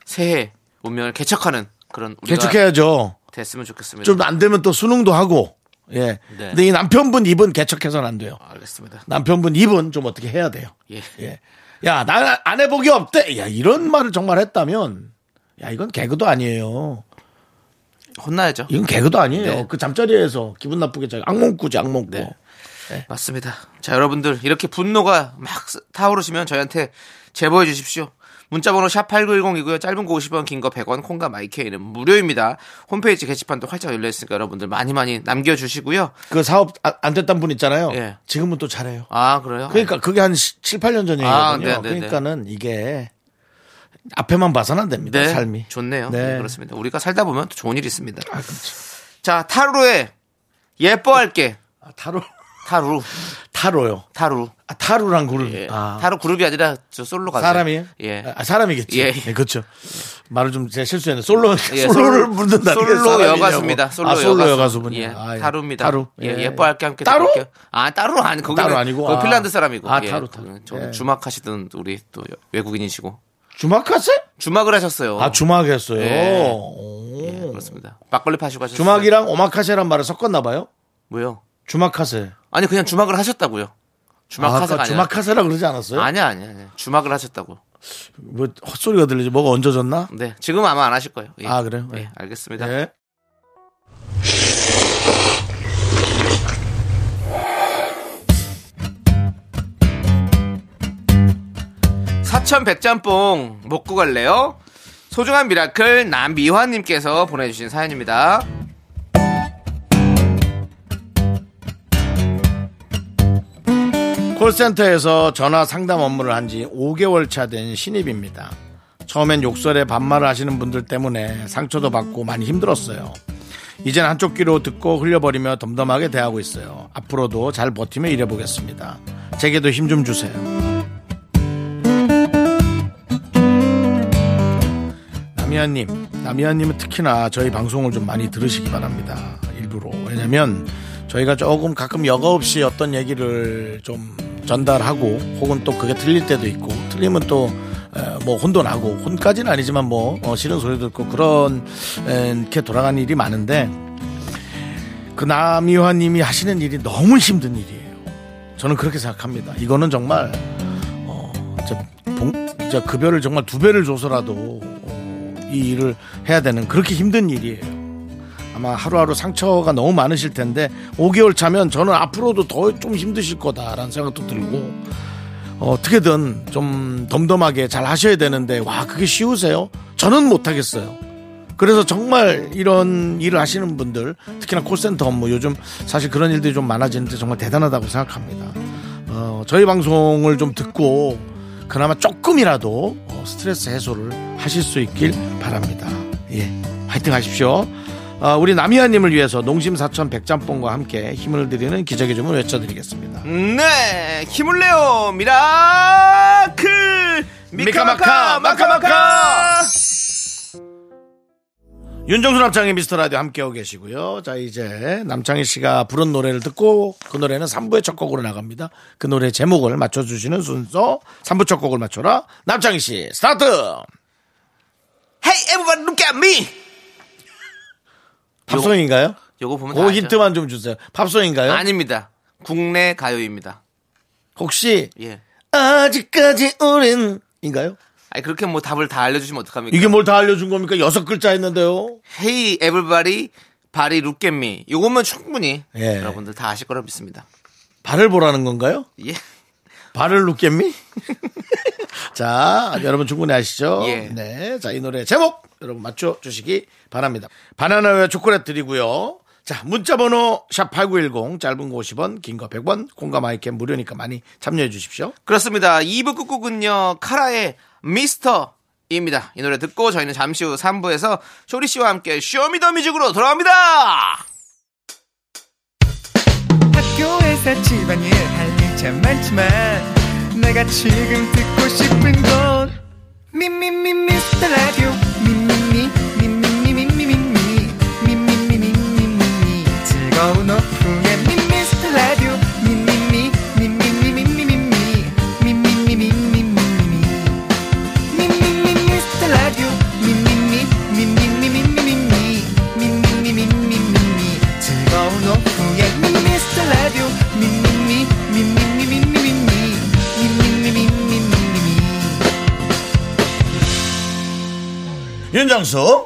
S2: 새해 운명을 개척하는 그런 우리가
S1: 개척해야죠.
S2: 됐으면 좋겠습니다.
S1: 좀 안 되면 또 수능도 하고. 예.
S2: 네.
S1: 근데 이 남편분 입은 개척해서는 안 돼요.
S2: 알겠습니다.
S1: 남편분 입은 좀 어떻게 해야 돼요.
S2: 예.
S1: 예. 야, 나 안 해보기 없대. 야, 이런 말을 정말 했다면. 야, 이건 개그도 아니에요.
S2: 혼나야죠.
S1: 이건 개그도 아니에요.
S2: 네.
S1: 그 잠자리에서 기분 나쁘게 자기 악몽 꾸지, 악몽 꾸.
S2: 네. 맞습니다. 자, 여러분들 이렇게 분노가 막 스- 타오르시면 저희한테 제보해 주십시오. 문자번호 샵 8910이고요. 짧은 거 50원, 긴 거 100원, 콩과 마이케이는 무료입니다. 홈페이지 게시판도 활짝 열려있으니까 여러분들 많이 많이 남겨주시고요.
S1: 그 사업 아- 안 됐던 분 있잖아요.
S2: 예.
S1: 지금은 또 잘해요.
S2: 아, 그래요?
S1: 그러니까 그게 한 시- 7, 8년 전이거든요.
S2: 아, 네, 네, 네.
S1: 그러니까는 이게 앞에만 봐서는 안 됩니다.
S2: 네.
S1: 삶이. 네. 아,
S2: 좋네요.
S1: 그렇죠.
S2: 네, 그렇습니다. 우리가 살다 보면 또 좋은 일이 있습니다. 자, 타루의 예뻐할게.
S1: 아, 타로
S2: 타루,
S1: 타로요.
S2: 타루.
S1: 아, 타로랑 그룹.
S2: 예.
S1: 아.
S2: 타루 그룹이 아니라 저 솔로 가수.
S1: 사람이에요?
S2: 예.
S1: 아, 사람이겠죠.
S2: 예.
S1: 네, 그렇죠. 말을 좀 제가 실수했네. 솔로
S2: 예,
S1: 솔로를
S2: 솔-
S1: 묻는다.
S2: 솔로 여가수입니다. 솔로
S1: 아, 솔로
S2: 여가수.
S1: 여가수분이.
S2: 예,
S1: 아,
S2: 타루입니다.
S1: 타루.
S2: 예, 예뻐할게 함께
S1: 따로?
S2: 들을게요. 아, 따로 아니 거기
S1: 따로 아니고,
S2: 거
S1: 아.
S2: 핀란드 사람이고.
S1: 아, 타루, 타루.
S2: 그거는 저는
S1: 예.
S2: 주막 하시던 우리 또 여- 외국인이시고.
S1: 주막하세?
S2: 주막을 하셨어요.
S1: 아, 주막했어요.
S2: 예.
S1: 오.
S2: 예, 그렇습니다. 막걸리 파시고 하셨어요.
S1: 주막이랑 오마카세란 말을 섞었나 봐요.
S2: 뭐요?
S1: 주막카세.
S2: 아니 그냥 주막을 하셨다고요. 주막
S1: 아,
S2: 하사가
S1: 아까
S2: 아니라.
S1: 주막카세라 그러지 않았어요?
S2: 아니야, 아니야, 아니야. 주막을 하셨다고.
S1: 뭐 헛소리가 들리지? 뭐가 얹어졌나?
S2: 네, 지금 아마 안 하실 거예요. 예.
S1: 아, 그래요?
S2: 예,
S1: 예.
S2: 알겠습니다.
S1: 예.
S2: 사천 백짬뽕 먹고 갈래요? 소중한 미라클 남미화님께서 보내주신 사연입니다.
S1: 콜센터에서 전화 상담 업무를 한 지 5개월 차 된 신입입니다. 처음엔 욕설에 반말을 하시는 분들 때문에 상처도 받고 많이 힘들었어요. 이젠 한쪽 귀로 듣고 흘려버리며 덤덤하게 대하고 있어요. 앞으로도 잘 버티며 일해보겠습니다. 제게도 힘 좀 주세요. 남희아님, 남희아님은 특히나 저희 방송을 좀 많이 들으시기 바랍니다. 일부러. 왜냐면 저희가 조금 가끔 여과 없이 어떤 얘기를 좀 전달하고 혹은 또 그게 틀릴 때도 있고 틀리면 또 뭐 혼도 나고 혼까지는 아니지만 뭐 어, 싫은 소리도 있고 그런 에, 이렇게 돌아가는 일이 많은데 그 남희화님이 하시는 일이 너무 힘든 일이에요. 저는 그렇게 생각합니다. 이거는 정말 진짜 봉, 진짜 급여를 정말 두 배를 줘서라도 어, 이 일을 해야 되는 그렇게 힘든 일이에요. 아마 하루하루 상처가 너무 많으실 텐데 5개월 차면 저는 앞으로도 더 좀 힘드실 거다라는 생각도 들고 어, 어떻게든 좀 덤덤하게 잘 하셔야 되는데 와 그게 쉬우세요? 저는 못하겠어요. 그래서 정말 이런 일을 하시는 분들 특히나 콜센터 업무 요즘 사실 그런 일들이 좀 많아지는데 정말 대단하다고 생각합니다. 어, 저희 방송을 좀 듣고 그나마 조금이라도 어, 스트레스 해소를 하실 수 있길 바랍니다. 예, 화이팅 하십시오. 어, 우리 남희아님을 위해서 농심 사천 백짬뽕과 함께 힘을 드리는 기적의 주문 외쳐드리겠습니다.
S2: 네, 힘을 내요 미라클 미카마카 마카마카.
S1: 윤정수 남창희 미스터 라디오 함께하고 계시고요. 자, 이제 남창희 씨가 부른 노래를 듣고 그 노래는 3부의 첫 곡으로 나갑니다. 그 노래 제목을 맞춰주시는 순서 3부 첫 곡을 맞춰라. 남창희 씨, 스타트!
S2: Hey everyone look at me.
S1: 팝송인가요?
S2: 요거 보면 다
S1: 그
S2: 알죠?
S1: 힌트만 좀 주세요. 팝송인가요?
S2: 아닙니다. 국내 가요입니다.
S1: 혹시
S2: 예.
S1: 아직까지 우린 인가요?
S2: 아니 그렇게 뭐 답을 다 알려주시면 어떡합니까?
S1: 이게 뭘 다 알려준 겁니까? 여섯 글자 했는데요.
S2: Hey everybody 바리 look at me. 요거면 충분히
S1: 예.
S2: 여러분들 다 아실 거라 믿습니다.
S1: 발을 보라는 건가요?
S2: 예.
S1: 발을 눕겠미? 자, 여러분 충분히 아시죠?
S2: 예.
S1: 네. 자, 이 노래 제목 여러분 맞춰주시기 바랍니다. 바나나와 초콜릿 드리고요. 자, 문자번호 샵8910 짧은 거 50원, 긴 거 100원, 공감 아이캠 무료니까 많이 참여해 주십시오.
S2: 그렇습니다. 2부 끝곡은요, 카라의 미스터. 입니다. 이 노래 듣고 저희는 잠시 후 3부에서 쇼리 씨와 함께 쇼미더 뮤직으로 돌아옵니다!
S5: 학교에서 집안일 할 일 참 많지만 내가 지금 듣고 싶은 건 미미미 미스터 라디오 미미미 미미미 미미미 미미미 미미미 즐거운 오후에 미스터 라디오 미미미 미미미 미미미 미미미 미미미
S1: 윤정수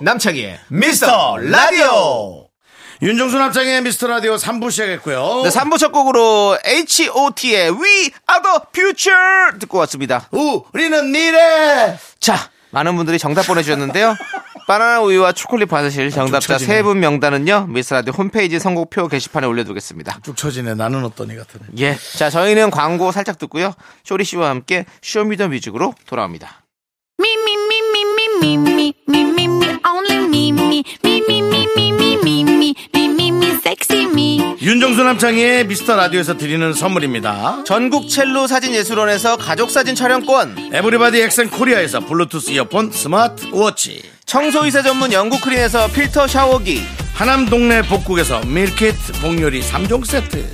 S2: 남창희의
S1: 미스터 라디오 윤정수 남창의 미스터 라디오 3부 시작했고요.
S2: 네, 3부 첫 곡으로 H.O.T의 We Are The Future 듣고 왔습니다.
S1: 우리는 미래.
S2: 자, 많은 분들이 정답 보내주셨는데요. 바나나 우유와 초콜릿 받으실 정답자
S1: 쫓아지네.
S2: 세 분 명단은요. 미스라디 홈페이지 선곡표 게시판에 올려두겠습니다.
S1: 쭉 처지네. 나는 어떤 이 같은.
S2: 예. 자, 저희는 광고 살짝 듣고요. 쇼리 씨와 함께 쇼미더 뮤직으로 돌아옵니다.
S4: Me, me, me, me, me, me, me, me, me, me, only me, me, me, me, me, me, me, me, me, me, me, me, sexy me.
S1: 윤정수 남창의 미스터 라디오에서 드리는 선물입니다.
S2: 전국 첼로 사진 예술원에서 가족 사진 촬영권,
S1: 에브리바디 엑센 코리아에서 블루투스 이어폰 스마트 워치.
S2: 청소이사 전문 영국 크린에서 필터 샤워기,
S1: 하남 동네 복국에서 밀키트 복요리 3종 세트.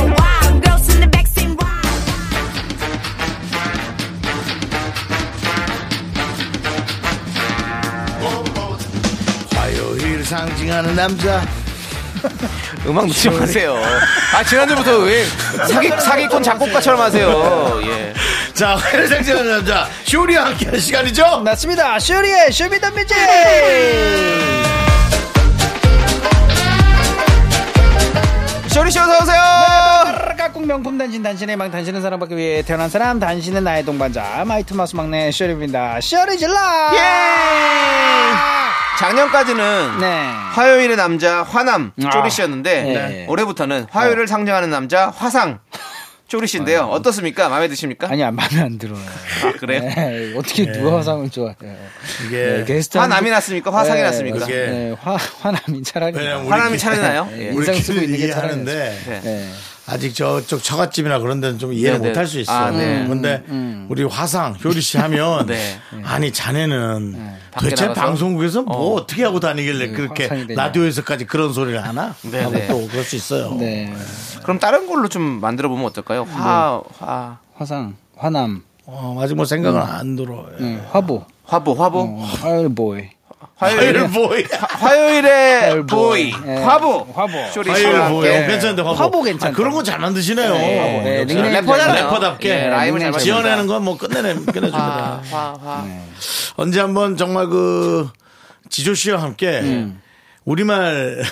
S4: wow, girls in the back say wow.
S1: 화요일 상징하는 남자.
S2: 음악 넣지 마세요. 아 지난주부터 왜 사기 사기꾼 작곡가처럼 하세요. 예.
S1: 자, 화요일 상징하는 남자. 쇼리와 함께하는 시간이죠?
S2: 맞습니다. 슈리의 쇼미더뮤직.
S6: 네.
S2: 네. 쇼리 씨 어서 오세요.
S6: 까꿍 명품 단신 단신의 망 단신은 사랑받기 위해 태어난 사람 단신은 나의 동반자 마이트마우스 막내 쇼리입니다 쇼리 질러
S2: 예. 작년까지는
S6: 네
S2: 화요일의 남자 화남
S6: 아.
S2: 쪼리 씨였는데
S6: 네.
S2: 올해부터는 화요일을 상징하는 남자 화상 쪼리 씨인데요. 어떻습니까? 마음에 드십니까?
S6: 아. 아니 안 마음에 안 들어요
S2: 아, 그래요?
S6: 네, 어떻게 누가 화상을 좋아해요 네,
S1: 이게
S6: 게스트
S2: 화남이 났습니까? 화상이 났습니까?
S1: 그게-
S6: 네, 화, 화남이 차라리
S1: 왜냐면 우리-
S2: 화남이 차례나요?
S6: 네,
S2: 예.
S6: 인상 쓰고 있는 게
S1: 우리끼리
S6: 차라리
S1: 하는데
S2: 네.
S6: 네.
S1: 아직 저쪽 처갓집이나 그런 데는 좀 이해를
S2: 네네.
S1: 못 할 수 있어요. 음.
S2: 아, 네.
S1: 근데 우리 화상 효리 씨 하면
S2: 네.
S1: 아니 자네는
S2: 밖에
S1: 도대체
S2: 나가서?
S1: 방송국에서 뭐 어떻게 하고 다니길래 그렇게
S6: 화상이 되냐.
S1: 라디오에서까지 그런 소리를 하나?
S2: 네,
S1: 하고
S2: 네.
S1: 또 그럴 수 있어요.
S6: 네
S2: 그럼 다른 걸로 좀 만들어 보면 어떨까요? 화, 화,
S6: 화상 화남
S1: 어, 아직 뭐 생각은
S2: 음.
S1: 안 들어요.
S6: 네, 화보
S2: 화보, 화보.
S6: 어, 화요일 보이
S1: 화요일
S2: 화요일,
S1: 보이.
S2: 화요일의
S6: 화요일
S2: 보이.
S6: 보이. 예.
S2: 화보.
S6: 화보.
S2: 쪼리 네.
S1: 화요일
S2: 씨와
S1: 보이.
S2: 함께.
S1: 어, 괜찮은데 화보.
S6: 화보 괜찮다.
S1: 아, 그런 거 잘 만드시네요.
S6: 네,
S1: 역시.
S6: 닉네임
S2: 래퍼잖아요.
S1: 래퍼답게.
S2: 예, 라임을 잘 아.
S6: 닉네임
S1: 지어내는 건 뭐 끝내내 끝내줍니다.
S2: 화, 화, 화.
S1: 언제 한번 정말 그 지조 씨와 함께 우리말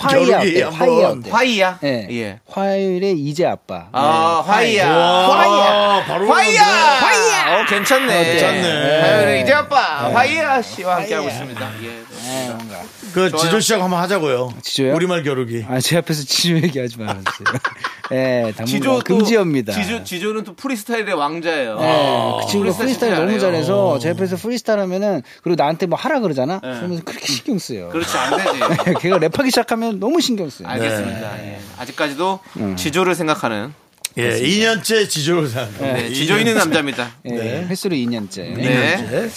S6: 화이야
S1: 겨루기
S2: 네,
S6: 어때요? 화이야
S1: 한번
S6: 어때요?
S2: 화이야.
S6: 예.
S2: 예.
S6: 화요일에 이제 아빠
S2: 아, 화이야.
S1: 와, 바로
S2: 화이야!
S1: 나오는구나.
S2: 화이야! 어, 괜찮네.
S1: 괜찮네.
S2: 화요일에 이제 아빠, 화이야 씨와 함께하고 있습니다. 예.
S6: 음, 네,
S1: 그 지조 씨하고 한번 하자고요.
S6: 지조요?
S1: 우리말 겨루기.
S6: 아, 제 앞에서 지조 얘기하지 말아주세요. 예, 당분간
S2: 지조
S6: 금지입니다.
S2: 지조, 지조는 또 프리스타일의 왕자예요.
S6: 예, 그 친구가 프리스타일 너무
S2: 잘해요. 어.
S6: 잘해서 제 앞에서 프리스타일 하면은 그리고 나한테 뭐 하라 그러잖아. 그러면서 그렇게 신경 쓰여.
S2: 네. 음. 그렇지, 안 되지.
S6: 걔가 랩하기 시작하면 너무 신경 쓰여.
S2: 알겠습니다. 예. 아직까지도 지조를 생각하는
S1: 예, 2년째 지조를 생각합니다.
S2: 네, 지조 있는 남자입니다.
S6: 예, 횟수로 2년째.
S2: 네.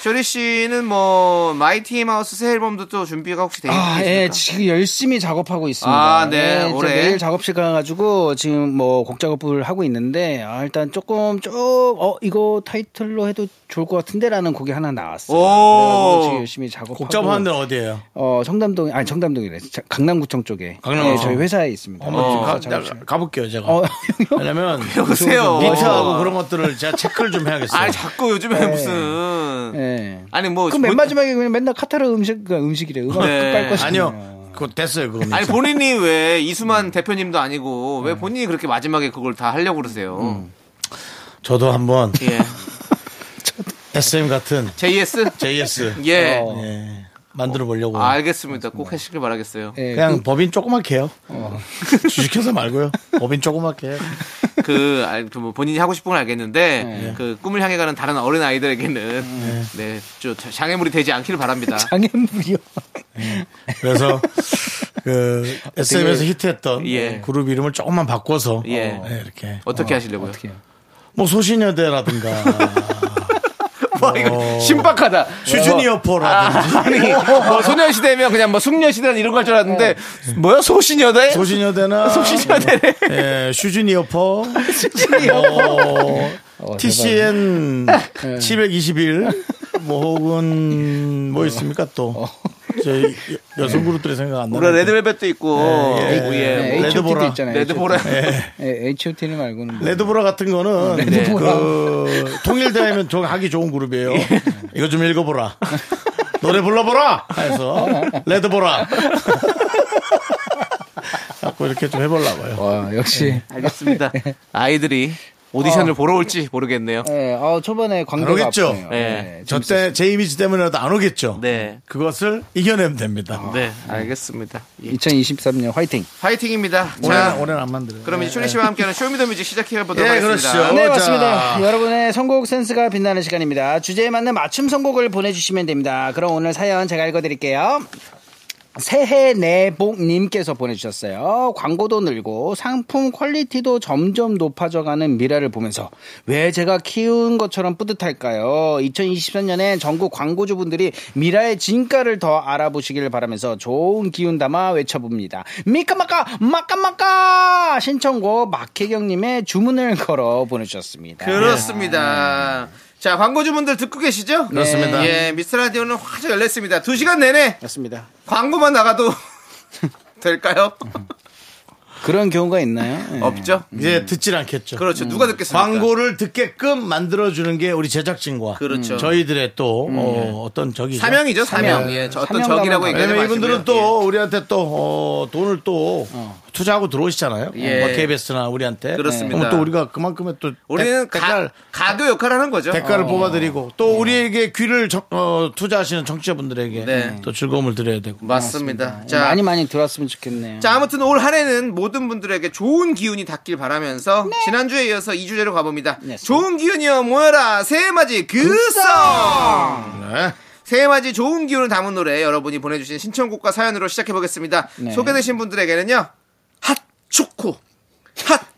S2: 쇼리 씨는 뭐 마이티 마우스 새 앨범도 또 준비가 혹시 되어
S6: 아, 예,
S2: 있습니까?
S6: 지금 열심히 작업하고 있습니다.
S2: 아, 네,
S6: 예, 이제
S2: 올해.
S6: 매일 작업실 가가지고 지금 뭐 곡 작업을 하고 있는데, 아, 일단 조금, 쭉, 어, 이거 타이틀로 해도 좋을 것 같은데라는 곡이 하나 나왔어요.
S2: 오.
S6: 그래가지고 지금 열심히 작업하고.
S1: 복잡한 데는 어디예요?
S6: 어, 성담동, 아니, 성담동이래. 자, 강남구청 쪽에.
S1: 강남구청.
S6: 네, 저희 회사에 있습니다.
S1: 한번 좀 가,
S6: 그래서 작업실.
S1: 어, 나- 가볼게요, 제가.
S6: 어,
S1: 왜냐면
S2: 여보세요.
S1: 비트하고 그런 것들을 제가 체크를 좀 해야겠어요.
S2: 아 자꾸 요즘에 무슨
S6: 예.
S2: 아니 뭐
S6: 그럼 맨 마지막에 그냥 맨날 카타르 음식, 그 음식이래. 음악
S2: 네.
S6: 깔 것이.
S1: 아니요. 그거 됐어요, 그거.
S2: 아니 본인이 왜
S6: 음.
S2: 이수만 대표님도 아니고
S6: 예.
S2: 왜 본인이 그렇게 마지막에 그걸 다 하려고 그러세요?
S6: 음.
S1: 저도 한번
S2: 예.
S1: SM 같은
S2: JS
S1: JS
S2: 예.
S6: 어.
S1: 예, 만들어 보려고.
S2: 아, 알겠습니다. 꼭 하시길 바라겠어요.
S6: 예,
S1: 그냥 어. 법인 조그맣게 해요. 주식회사 말고요. 법인 조그맣게 해요.
S2: 그, 아니, 그뭐 본인이 하고 싶은 건
S6: 예.
S2: 알겠는데 그 꿈을 향해 가는 다른 어린 아이들에게는 네, 저 장애물이 되지 않기를 바랍니다.
S6: 장애물이요.
S1: 그래서 그 SM에서 히트했던
S2: 예.
S1: 그룹 이름을 조금만 바꿔서
S2: 예.
S6: 어,
S1: 예, 이렇게
S2: 어떻게 하시려고요?
S1: 뭐 소신여대라든가
S2: 이거 신박하다.
S1: 슈즈니어포라든지.
S2: 아니, 뭐 소녀시대면 그냥 뭐 숙녀시대는 이런 걸 줄 알았는데, 뭐야, 네. 소시녀대?
S1: 소신여대나
S2: 소시녀대네.
S1: 예, 뭐, 슈즈니어퍼 슈즈니어퍼 예. TCN 721 뭐 혹은 뭐 있습니까 또 저희 여- 여성 그룹들이 생각 안
S2: 우리
S1: 나는데
S2: 레드벨벳도 있고,
S1: 예,
S2: 오,
S1: 예.
S2: 음. 예. 네.
S1: 레드보라.
S6: H.O.T.도 있잖아요.
S2: 레드보라.
S1: 예.
S6: H.O.T. 는 말고는 뭐.
S1: 레드보라 같은
S2: 어,
S1: 거는 그 통일대회면 저 하기 좋은 그룹이에요.
S2: 예.
S1: 이거 좀 읽어보라. 노래 불러보라 해서
S2: 어.
S1: 레드보라 자꾸 이렇게 좀 해보려고요.
S2: 어,
S6: 와,
S1: 네.
S6: 역시.
S2: 알겠습니다. 아이들이 오디션을 보러 올지 모르겠네요.
S6: 예, 아, 초반에 광고가
S1: 그러겠죠.
S6: 아프네요.
S2: 예.
S1: 저 때 제 이미지 때문에라도 안 오겠죠.
S2: 네.
S1: 그것을 이겨내면 됩니다.
S2: 네, 알겠습니다. 예.
S6: 2023년 화이팅.
S2: 파이팅입니다.
S1: 올해는
S2: 자,
S1: 올해는 안 만들어요.
S2: 그럼 이제 쇼리 씨와 함께하는 쇼미더뮤직 시작해 보도록
S1: 예,
S2: 하겠습니다.
S1: 그렇죠.
S6: 네
S1: 자.
S6: 맞습니다. 여러분의 선곡 센스가 빛나는 시간입니다. 주제에 맞는 맞춤 선곡을 보내주시면 됩니다. 그럼 오늘 사연 제가 읽어드릴게요. 새해 내복님께서 보내주셨어요. 광고도 늘고 상품 퀄리티도 점점 높아져가는 미래를 보면서 왜 제가 키운 것처럼 뿌듯할까요? 2023년엔 전국 광고주분들이 미라의 진가를 더 알아보시길 바라면서 좋은 기운 담아 외쳐봅니다. 미카마카 마카마카 신청곡 막혜경님의 주문을 걸어 보내주셨습니다.
S2: 그렇습니다. 자, 광고주분들 듣고 계시죠?
S1: 그렇습니다.
S2: 예, 미스 라디오는 화제 열렸습니다. 두 시간 내내
S6: 맞습니다.
S2: 광고만 나가도 될까요?
S6: 그런 경우가 있나요? 예.
S2: 없죠?
S1: 이제 듣질 않겠죠.
S2: 그렇죠. 누가 듣겠습니까?
S1: 광고를 듣게끔 만들어주는 게 우리 제작진과
S2: 그렇죠.
S1: 저희들의 또 어, 떤 적이
S2: 사명이죠, 사명. 예, 저 어떤
S6: 사명감은
S2: 적이라고
S6: 많아요.
S2: 얘기하지
S1: 왜냐면
S2: 마시고요. 예.
S1: 이분들은 또 우리한테 또 어, 돈을 또 투자하고 들어오시잖아요.
S2: 예.
S1: 뭐 KBS나 우리한테.
S2: 그렇습니다.
S1: 그럼 또 우리가 그만큼의 또
S2: 우리는
S1: 대-
S2: 가, 어. 예.
S1: 대가를
S2: 가교 역할을 하는 거죠. 어.
S1: 대가를 뽑아드리고 또 우리에게 귀를 정- 어, 투자하시는 청취자분들에게
S2: 네.
S1: 또 즐거움을 드려야 되고.
S2: 맞습니다. 자,
S6: 네. 많이 많이 들어왔으면 좋겠네요.
S2: 자, 아무튼 올 한 해는 모든 분들에게 좋은 기운이 닿길 바라면서 지난주에 이어서 2주제로 가봅니다.
S6: 네.
S2: 좋은 기운이여 모여라 새해 맞이 그 그성
S1: 네.
S2: 새해 맞이 좋은 기운을 담은 노래 여러분이 보내주신 신청곡과 사연으로 시작해보겠습니다.
S6: 네.
S2: 소개되신 분들에게는요. 핫초코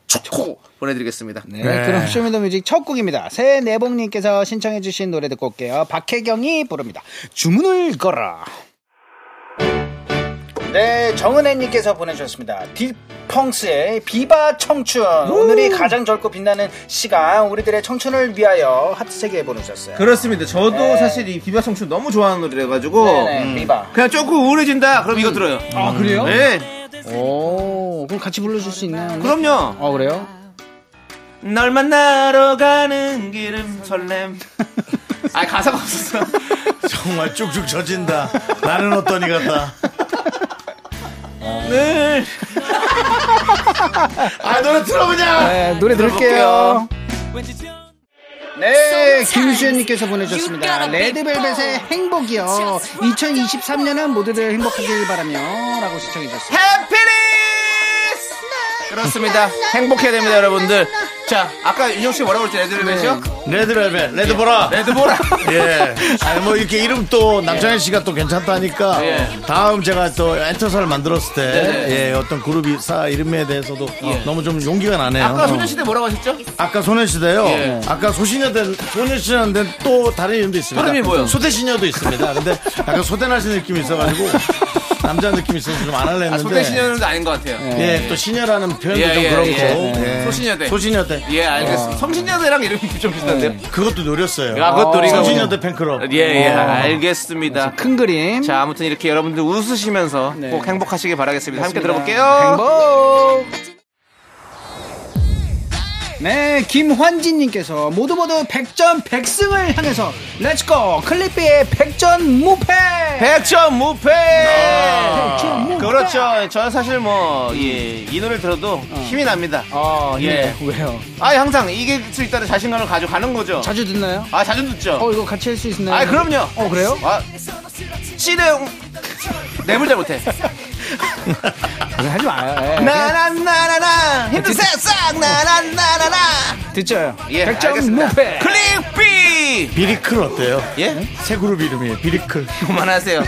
S2: 핫초코 보내드리겠습니다.
S6: 네, 그럼 쇼미더뮤직 첫 곡입니다. 새해 내복님께서 신청해주신 노래 듣고 올게요. 박혜경이 부릅니다. 주문을 걸어. 네, 정은혜님께서 보내주셨습니다. 딥펑스의 비바 청춘. 오늘이 가장 젊고 빛나는 시간, 우리들의 청춘을 위하여 하트세계에 보내주셨어요.
S2: 그렇습니다. 저도 사실 이 비바 청춘 너무 좋아하는 노래라가지고 음.
S6: 네네, 비바.
S2: 그냥 조금 우울해진다. 그럼 이거 들어요.
S6: 아, 그래요?
S2: 네,
S6: 오, 그럼 같이 불러줄 수 있나요?
S2: 그럼요.
S6: 아, 그래요?
S2: 널 만나러 가는 길은 설렘. 아 가사가 없었어.
S1: 정말 쭉쭉 젖인다. 나는 어떠니 같다.
S2: 늘.
S1: 아, 노래 틀어보자!
S6: 네, 노래 들을게요. 네, 김수현님께서 보내주셨습니다. 레드벨벳의 행복이요. 2023년은 모두들 행복하길 바라며 라고 시청해주셨습니다.
S2: 해피니스! 그렇습니다. 행복해야 됩니다, 여러분들. 자, 아까 윤정 씨 뭐라고 그랬죠? 레드벨벳이요?
S6: 네.
S1: 레드벨벳, 레드보라!
S2: 레드보라.
S1: 예. 아니, 뭐, 이렇게 이름 또, 남창현 씨가 또 괜찮다니까.
S2: 예. 네.
S1: 다음 제가 또 엔터사를 만들었을 때, 예, 어떤 그룹 이사 이름에 대해서도 너무 좀 용기가 나네요.
S2: 예. 아까 소녀시대 뭐라고 하셨죠?
S1: 아까 소녀시대요.
S2: 예.
S1: 아까 소시녀된 소녀시대는 또 다른 이름도 있습니다.
S2: 다른 이름이 뭐예요?
S1: 소대시녀도 있습니다. 근데 약간 소대나신 느낌이 있어가지고 남자 느낌이 있어서 좀 안 할래 했는데.
S2: 아, 소대시녀는 아닌 것 같아요.
S1: 예, 또 시녀라는 표현도
S2: 예,
S1: 좀
S2: 예,
S1: 그렇고.
S2: 예.
S1: 예.
S2: 소시녀대.
S1: 소시녀대.
S2: 예, 알겠습니다. 성신여대랑 이름이 좀 비슷한데요?
S1: 그것도 노렸어요.
S2: 아, 그것도 우리가.
S1: 소시녀대 팬클럽.
S2: 예, 예,
S6: 어.
S2: 알겠습니다.
S6: 큰 그림.
S2: 자, 아무튼 이렇게 여러분들 웃으시면서
S6: 네.
S2: 꼭 행복하시길 바라겠습니다. 함께 들어볼게요.
S6: 행복. 네, 김환진님께서 모두 모두 100점 100승을 향해서 렛츠고 클리피의 100전 무패.
S2: 100점
S6: 네.
S2: 그렇죠, 무패!
S6: 백점 무패!
S2: 그렇죠. 저는 사실 뭐, 예, 이 노래를 들어도 힘이 납니다.
S6: 아,
S2: 예.
S6: 예. 왜요?
S2: 아, 항상 이길 수 있다는 자신감을 가져가는 거죠.
S6: 자주 듣나요?
S2: 아, 자주 듣죠.
S6: 어, 이거 같이 할 수 있나요?
S2: 아, 그럼요.
S6: 어, 그래요?
S2: 아, 찌레, 내물 잘 못해.
S6: 네, 하지 마요.
S2: 나나나나나, 힘든 세상, 나나나나나.
S6: 듣죠.
S2: 예,
S6: 백 100점
S2: 알겠습니다.
S6: 무패.
S2: 클릭비!
S1: 비리클 어때요?
S2: 예?
S1: 새 그룹 이름이에요. 비리클.
S2: 그만하세요.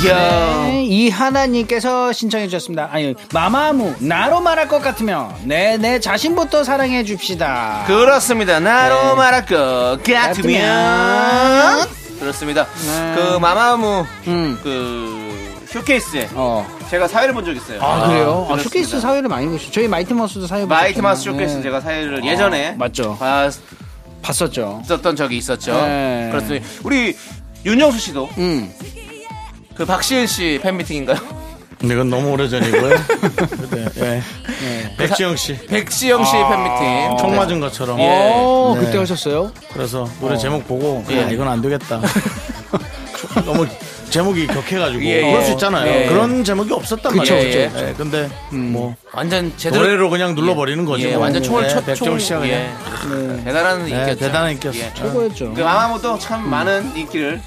S2: 귀여워.
S6: 네, 이하나님께서 신청해 주셨습니다. 아니 마마무 나로 말할 것 같으면 내 내 자신부터 사랑해 줍시다.
S2: 그렇습니다. 나로
S6: 네.
S2: 말할 것 같으면.
S6: 같으면.
S2: 그렇습니다.
S6: 네.
S2: 그 마마무
S6: 음.
S2: 그 쇼케이스에
S6: 어.
S2: 제가 사회를 본 적 있어요.
S6: 아, 그래요? 아,
S2: 그렇습니다.
S6: 쇼케이스 사회를 많이 보시죠. 저희 마이티마우스도 사회
S2: 마이티마스
S6: 보셨잖아요.
S2: 쇼케이스
S6: 네.
S2: 제가 아, 사회를 예전에
S6: 맞죠.
S2: 봤었던
S6: 봤었죠.
S2: 적이 있었죠.
S6: 네.
S2: 그렇습니다. 우리 윤정수 씨도
S6: 음.
S2: 그 박시은 씨 팬미팅인가요?
S1: 이건 너무 오래전이고요. 네. 네. 백지영 씨. 아,
S2: 백지영 씨 팬미팅.
S1: 총 맞은 것처럼.
S2: 예.
S6: 어,
S1: 네.
S6: 그때 하셨어요?
S1: 그래서 노래 제목 보고 그냥
S2: 예.
S1: 이건 안 되겠다. 너무 제목이 격해가지고
S2: 예, 예.
S1: 그럴 수 있잖아요.
S2: 예, 예.
S1: 그런 제목이 없었단
S2: 그쵸,
S1: 말이에요.
S2: 그쵸, 음.
S1: 예, 근데 뭐
S2: 완전 제대로
S1: 노래로 그냥 눌러버리는 거지.
S2: 예,
S1: 뭐.
S2: 완전 총을
S1: 예,
S2: 쳤
S1: 백지영 씨가 그냥
S2: 대단한
S6: 네,
S1: 예,
S2: 인기였죠.
S1: 대단한 인기였어.
S2: 예.
S6: 최고였죠.
S2: 그 마마무도 참 많은 인기를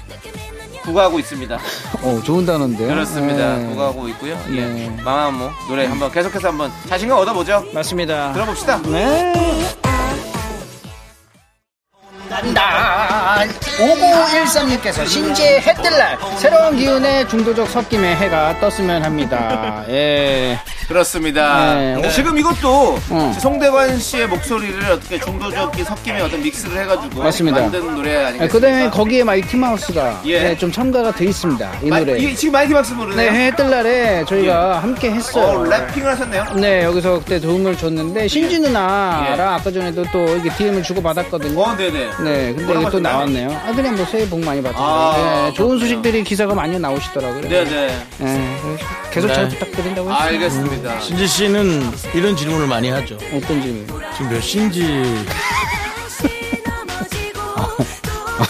S2: 구가하고 있습니다.
S6: 어, 좋은 단어인데요.
S2: 그렇습니다.
S6: 네.
S2: 구가하고 있고요. 예.
S6: 네.
S2: 마마무 노래 한번 계속해서 한번 자신감 얻어보죠.
S6: 맞습니다.
S2: 들어봅시다.
S6: 네. 난다. 5913님께서 신지의 해뜰날 새로운 기운의 중도적 섞임의 해가 떴으면 합니다. 예.
S2: 그렇습니다.
S6: 네.
S2: 네. 지금 이것도
S6: 음.
S2: 송대관 씨의 목소리를 어떻게 중도적인 섞임의 어떤 믹스를 해가지고
S6: 맞습니다. 네,
S2: 만든 노래 아니겠습니까?
S6: 그다음에 거기에 마이티마우스가
S2: 예.
S6: 네, 좀 첨가가 돼 있습니다. 이
S2: 마-
S6: 노래.
S2: 이게 지금 마이티 박스 부르네요.
S6: 네, 해뜰날에 저희가 함께
S2: 어,
S6: 했어요.
S2: 랩핑을 예. 하셨네요.
S6: 네, 여기서 그때 도움을 줬는데 신지 누나랑 아까 전에도 또 이렇게 DM을 주고 받았거든요.
S2: 예. 어, 네네.
S6: 네, 근데 이게
S2: 뭐라고
S6: 또
S2: 하셨나요?
S6: 나왔네요. 아, 그냥 뭐 새해 복 많이 받으세요.
S2: 아,
S6: 네, 좋은 소식들이 기사가 많이 나오시더라고요.
S2: 네네. 아.
S6: 네, 그래서 계속 잘 부탁드린다고 했어요.
S2: 알겠습니다.
S1: 신지 씨는 이런 질문을 많이 하죠.
S6: 어떤 질문?
S1: 지금 몇 신지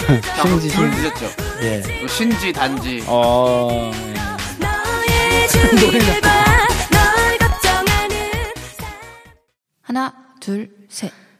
S6: 신지,
S2: 아, 둘
S6: 신지.
S2: 늦었죠.
S1: 예.
S2: 신지 단지.
S6: 어, 네.
S4: 하나, 둘, 셋.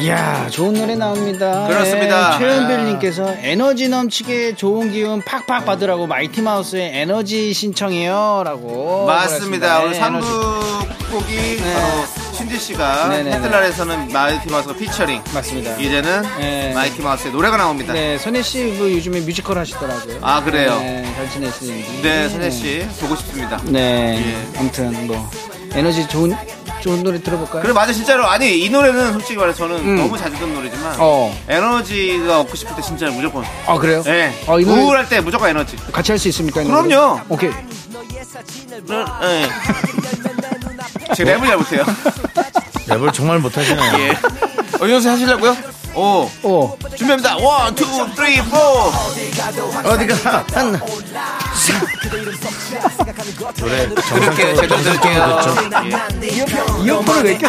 S6: 이야, 좋은 노래 나옵니다.
S2: 그렇습니다. 아.
S6: 네, 최현별님께서 에너지 넘치게 좋은 기운 팍팍 받으라고 마이티 마우스의 에너지 신청해요. 라고.
S2: 맞습니다. 오늘
S6: 보냈습니다. 어, 네, 에너지. 네.
S2: 3부 곡이 바로 신지 씨가
S6: 네네네.
S2: 헤틀날에서는 마이티 마우스가 피처링.
S6: 맞습니다.
S2: 이제는
S6: 네.
S2: 마이티 마우스의 노래가 나옵니다. 네,
S6: 네, 선혜 씨뭐 요즘에 뮤지컬 하시더라고요.
S2: 아, 그래요?
S6: 네, 잘 지내시는지.
S2: 선혜 씨 보고 싶습니다.
S6: 네.
S2: 예.
S6: 아무튼 뭐 에너지 좋은 좋은 노래 들어볼까요?
S2: 그래 맞아 진짜로 아니 이 노래는 솔직히 말해서 저는
S6: 음.
S2: 너무 자주 듣는 노래지만
S6: 어.
S2: 에너지가 얻고 싶을 때 진짜 무조건
S6: 아 그래요?
S2: 예
S6: 어, 이 노래
S2: 우울할 때 무조건 에너지
S6: 같이 할 수 있습니까? 이 노래?
S2: 그럼요.
S6: 오케이.
S2: 예. 제가 랩을 잘 못해요
S1: 랩을 정말 못하시네요.
S2: 예 어디서 하시려고요? 오
S6: 어.
S2: 준비합니다 원, 투, 쓰리, 포
S1: 어디가 한 노래
S2: 그렇게 제대로 들을게요
S6: 이어폰을 왜 껴?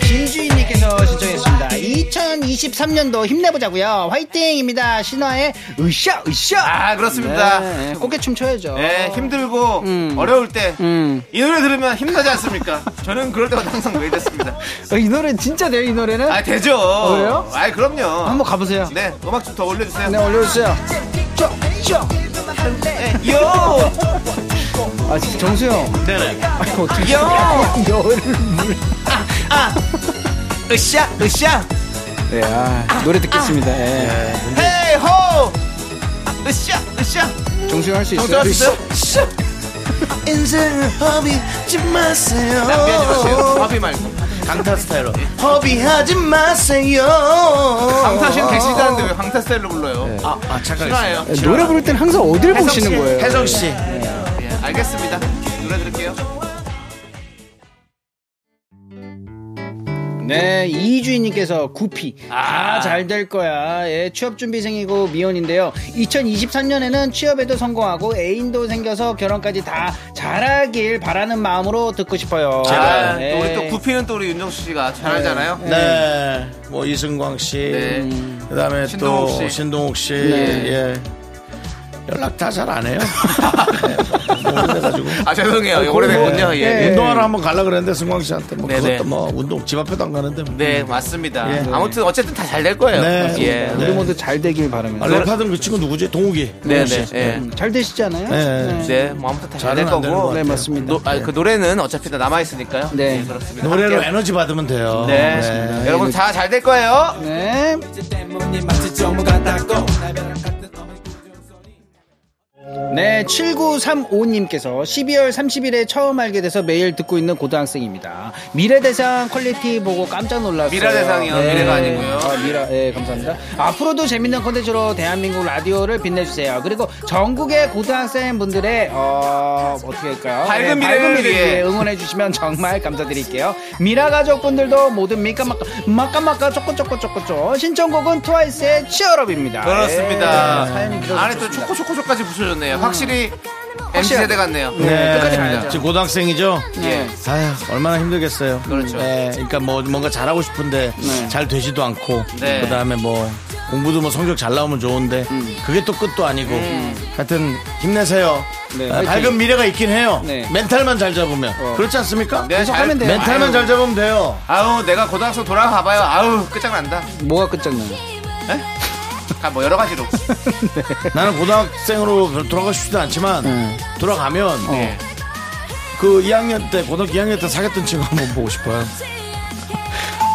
S6: 김주인님께서 신청했습니다. 2023년도 힘내보자고요. 화이팅입니다. 신화의 으쌰 으쌰.
S2: 아 그렇습니다
S6: 네, 꽃게춤 춰야죠.
S2: 예, 힘들고
S6: 어. 음.
S2: 어려울 때 이
S6: 음.
S2: 노래 들으면 힘나지 않습니까? 저는 그럴 때마다 항상 매일 됐습니다
S6: 어, 이 노래 진짜 돼요 이 노래는?
S2: 아 되죠
S6: 그래요?
S2: 아 그럼요
S6: 어, 한번 가보세요.
S2: 네 음악 좀 더 올려주세요
S6: 네 올려주세요. 쪼쪼.
S2: 요
S6: 아 진짜 정수 형.
S2: 네네
S6: 아, 이거 어떻게?
S2: 야!
S6: 여를 물.
S2: 으쌰 으쌰
S6: 네, 아, 노래 듣겠습니다. 예.
S2: 헤이 호 으쌰 으쌰
S6: 정수 형 할 수 있어요?
S2: 정수 있어요?
S1: 인생을 허비지 마세요.
S2: 낭비하지 마세요 허비 말고
S1: 강타 스타일로. 허비하지 마세요.
S2: 강타 씨는 객실다는데 왜 강타 스타일로 불러요?
S1: 아, 아 잠깐.
S2: 싫어요
S6: 예, 노래 부를 땐 항상 어딜 보시는 거예요?
S1: 혜성 씨.
S2: 예, 알겠습니다 노래 들을게요
S6: 네, 이주인님께서 구피.
S2: 아.
S6: 아, 잘 될 거야. 예, 취업 준비생이고 미혼인데요. 2023년에는 취업에도 성공하고 애인도 생겨서 결혼까지 다 잘하길 바라는 마음으로 듣고 싶어요.
S2: 아,
S6: 예.
S2: 또 우리 또 구피는 또 우리 윤정수 씨가 잘 알잖아요
S1: 네. 뭐 이승광 씨.
S2: 네.
S1: 그다음에
S2: 신동욱
S1: 또
S2: 씨.
S1: 신동욱 씨.
S6: 네.
S1: 예. 연락 다 잘 안 해요. 네, 뭐 그래가지고.
S2: 아
S6: 어,
S2: 죄송해요. 오래됐군요. 예.
S6: 예.
S1: 운동하러 한번 가려 그랬는데 승광 씨한테 뭐
S2: 네네.
S1: 그것도 뭐 운동 집 앞에도 안 가는데 뭐.
S2: 네 맞습니다.
S1: 예.
S2: 아무튼 어쨌든 다 잘 될 거예요.
S1: 네.
S2: 예.
S1: 네.
S6: 우리 모두 잘 되길
S1: 아,
S6: 바라면서
S1: 랩하던 그 친구 누구지? 동욱이.
S2: 네네.
S1: 동욱 씨.
S2: 예.
S6: 음, 잘 되시잖아요.
S1: 네.
S6: 네.
S2: 네, 뭐 아무튼 다 잘 될
S1: 잘은 안 되는 것
S2: 거고.
S6: 네, 맞습니다.
S2: 노, 아, 그 노래는 어차피 다 남아 있으니까요.
S6: 네.
S2: 그렇습니다.
S1: 노래로
S2: 함께-
S1: 에너지 받으면 돼요.
S2: 네. 여러분 다 잘 될 거예요.
S6: 네. 네, 7935님께서 12월 30일에 처음 알게 돼서 매일 듣고 있는 고등학생입니다. 미래대상 퀄리티 보고 깜짝 놀랐어요.
S2: 미라대상이요, 미래가 아니고요.
S6: 아, 미라, 예, 감사합니다. 앞으로도 재밌는 컨텐츠로 대한민국 라디오를 빛내주세요. 그리고 전국의 고등학생분들의, 어, 어떻게 할까요?
S2: 밝은
S6: 네,
S2: 미래를 위해.
S6: 위해 응원해주시면 정말 감사드릴게요. 미라 가족분들도 모든 미까마까, 마까마까, 쪼꼬쪼꼬쪼꼬쪼. 신청곡은 트와이스의 치얼업입니다.
S2: 그렇습니다.
S6: 예, 사연이 음. 길어서
S2: 안에 또
S6: 좋습니다.
S2: 초코초코초까지 붙여줬네요. 확실히 MZ 세대 같네요.
S1: 네.
S2: 끝까지 갑니다.
S1: 지금 고등학생이죠?
S2: 예.
S1: 아휴, 얼마나 힘들겠어요.
S2: 그렇죠.
S1: 네, 그러니까 뭐 뭔가 잘하고 싶은데 잘 되지도 않고
S2: 네.
S1: 그다음에 뭐 공부도 뭐 성적 잘 나오면 좋은데 그게 또 끝도 아니고 하여튼 힘내세요.
S6: 네,
S1: 아,
S6: 화이팅.
S1: 밝은 미래가 있긴 해요.
S6: 네.
S1: 멘탈만 잘 잡으면 그렇지 않습니까?
S2: 네, 잘-
S6: 하면 돼요.
S1: 멘탈만
S2: 아유,
S1: 잘 잡으면 돼요.
S2: 아우, 내가 고등학생 돌아가봐요. 아우, 끝장난다.
S6: 예, 뭐가 끝장나요?
S2: 아, 뭐 여러 가지로.
S1: 나는 고등학생으로 별로 돌아가고 싶지도 않지만
S6: 네.
S1: 돌아가면
S6: 어.
S2: 네.
S1: 그 2학년 때 고등학교 2학년 때 사귀었던 친구 한번 보고 싶어요.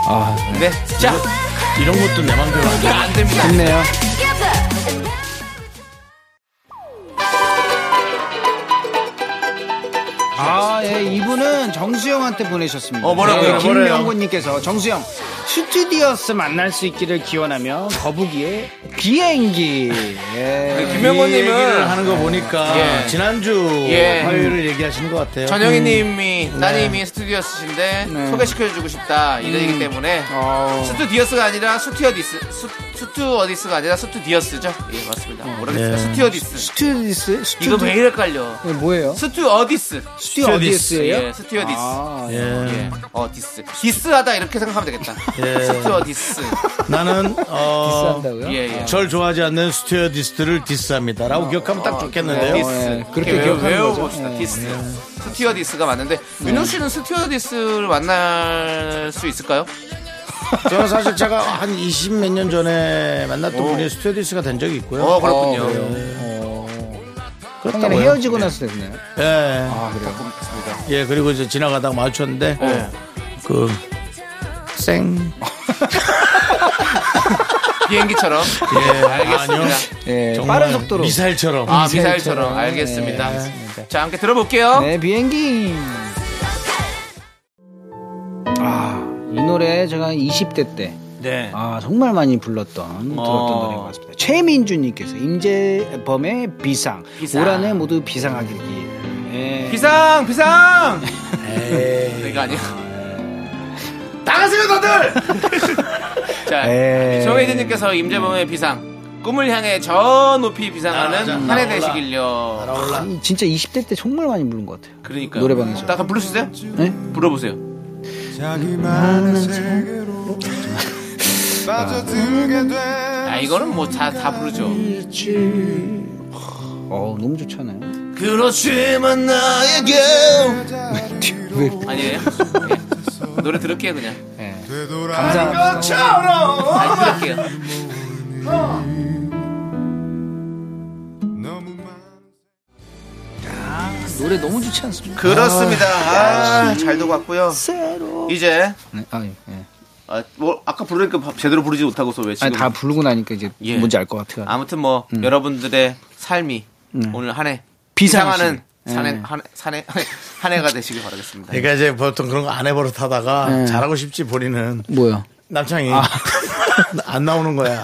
S6: 아,
S2: 네. 자,
S1: 이런 것도 내 마음대로 안 돼.
S2: 안 됩니다.
S6: 좋네요. 아, 예, 이분은 정수영한테 보내셨습니다.
S1: 어, 뭐라고요?
S6: 네,
S1: 뭐래요?
S6: 김명곤님께서 정수영 스튜디오스 만날 수 있기를 기원하며 거북이의 비행기. 예.
S1: 이 얘기를
S2: 김명곤님은
S1: 하는 거 보니까
S2: 예.
S1: 지난주
S2: 예.
S1: 화요일을 얘기하시는 것 같아요.
S2: 전영희님이 따님이 스튜디오스신데 소개시켜주고 싶다 이러기 때문에
S6: 어.
S2: 스튜디오스가 아니라 스튜어디스 스, 스튜어디스가 아니라 스튜디오스죠. 예 맞습니다. 모르겠어요.
S1: 예.
S2: 스튜어디스
S6: 스튜디스
S2: 이거
S1: 뭐-
S6: 스튜디
S2: 네. 왜 이래 깔려?
S6: 이거 뭐예요?
S2: 스튜어디스
S6: 스튜디스예요?
S2: 예, 스튜어디스.
S6: 아,
S1: 예.
S2: 예. 어 디스 디스하다 이렇게 생각하면 되겠다.
S1: 예.
S2: 스튜어디스.
S1: 나는 어,
S6: 비싼다고요?
S2: 예 예.
S1: 절 좋아하지 않는 스튜어디스트를 디스합니다라고 기억하면 딱 좋겠는데요.
S2: 디스.
S6: 예.
S2: 그렇게
S6: 그렇게
S2: 외워,
S6: 기억하는 거죠.
S2: 외워봅시다.
S6: 예.
S2: 음. 디스. 네. 스튜어디스가 맞는데 윤호 씨는 스튜어디스를 만날 수 있을까요?
S1: 저는 사실 제가 한 20 몇 년 전에 만났던 분이 스튜어디스가 된 적이 있고요. 네.
S2: 어 그렇군요. 어.
S6: 형이랑
S1: 그렇다고요.
S6: 헤어지고 나서 됐나요?
S1: 예.
S2: 아,
S1: 예, 그리고 이제 지나가다가 마주쳤는데
S2: 네.
S1: 그 생.
S2: 비행기처럼.
S1: 예,
S2: 알겠습니다.
S6: 예,
S1: 정말
S6: 빠른 속도로.
S1: 미사일처럼.
S2: 아,
S6: 미사일처럼.
S2: 미사일처럼. 네, 알겠습니다. 자, 함께 들어볼게요.
S6: 네, 비행기. 아, 이 노래 제가 20대 때.
S1: 네.
S6: 아, 정말 많이 불렀던, 들었던
S2: 어.
S6: 노래인 것 같습니다. 최민주님께서 임재범의 비상.
S2: 비상.
S6: 올 한해 모두 비상하길. 예.
S2: 비상, 비상! 내가 아니야.
S1: 나가세요, 다들!
S2: 자,
S6: 에이.
S2: 정혜진님께서 임재범의 비상. 꿈을 향해 저 높이 비상하는
S1: 아,
S2: 한 해
S1: 올라.
S2: 되시길요.
S1: 올라.
S6: 이 진짜 20대 때 정말 많이 부른 것 같아요.
S2: 그러니까.
S6: 노래방에서.
S2: 나 한번 불러주세요.
S6: 네?
S2: 불러보세요. 아, 이거는 뭐 다, 다 부르죠.
S6: 어 너무 좋잖아요.
S2: 그렇지만 나에게.
S6: 왜?
S2: 아니에요? 예. 노래 들을게요, 그냥.
S6: 예. 감사합니다.
S2: 아니, 들을게요.
S6: 노래 너무 좋지 않습니까?
S2: 그렇습니다. 아, 잘 두고 왔고요.
S6: 새로.
S2: 이제
S6: 네, 아, 예. 예.
S2: 아, 뭐 아까 부르니까 바- 제대로 부르지 못하고서 왜 지금
S6: 아니, 다 부르고 나니까 이제
S2: 예.
S6: 뭔지 알 것 같아요.
S2: 아무튼 뭐 여러분들의 삶이 오늘 한 해 비상하는 산해 한해 산해 한 해가 되시길 바라겠습니다.
S1: 그러니까 이제 보통 그런 거 안 해버릇 하다가
S2: 네.
S1: 잘하고 싶지 본인은
S6: 뭐야?
S1: 남창이
S2: 아.
S1: 안 나오는 거야.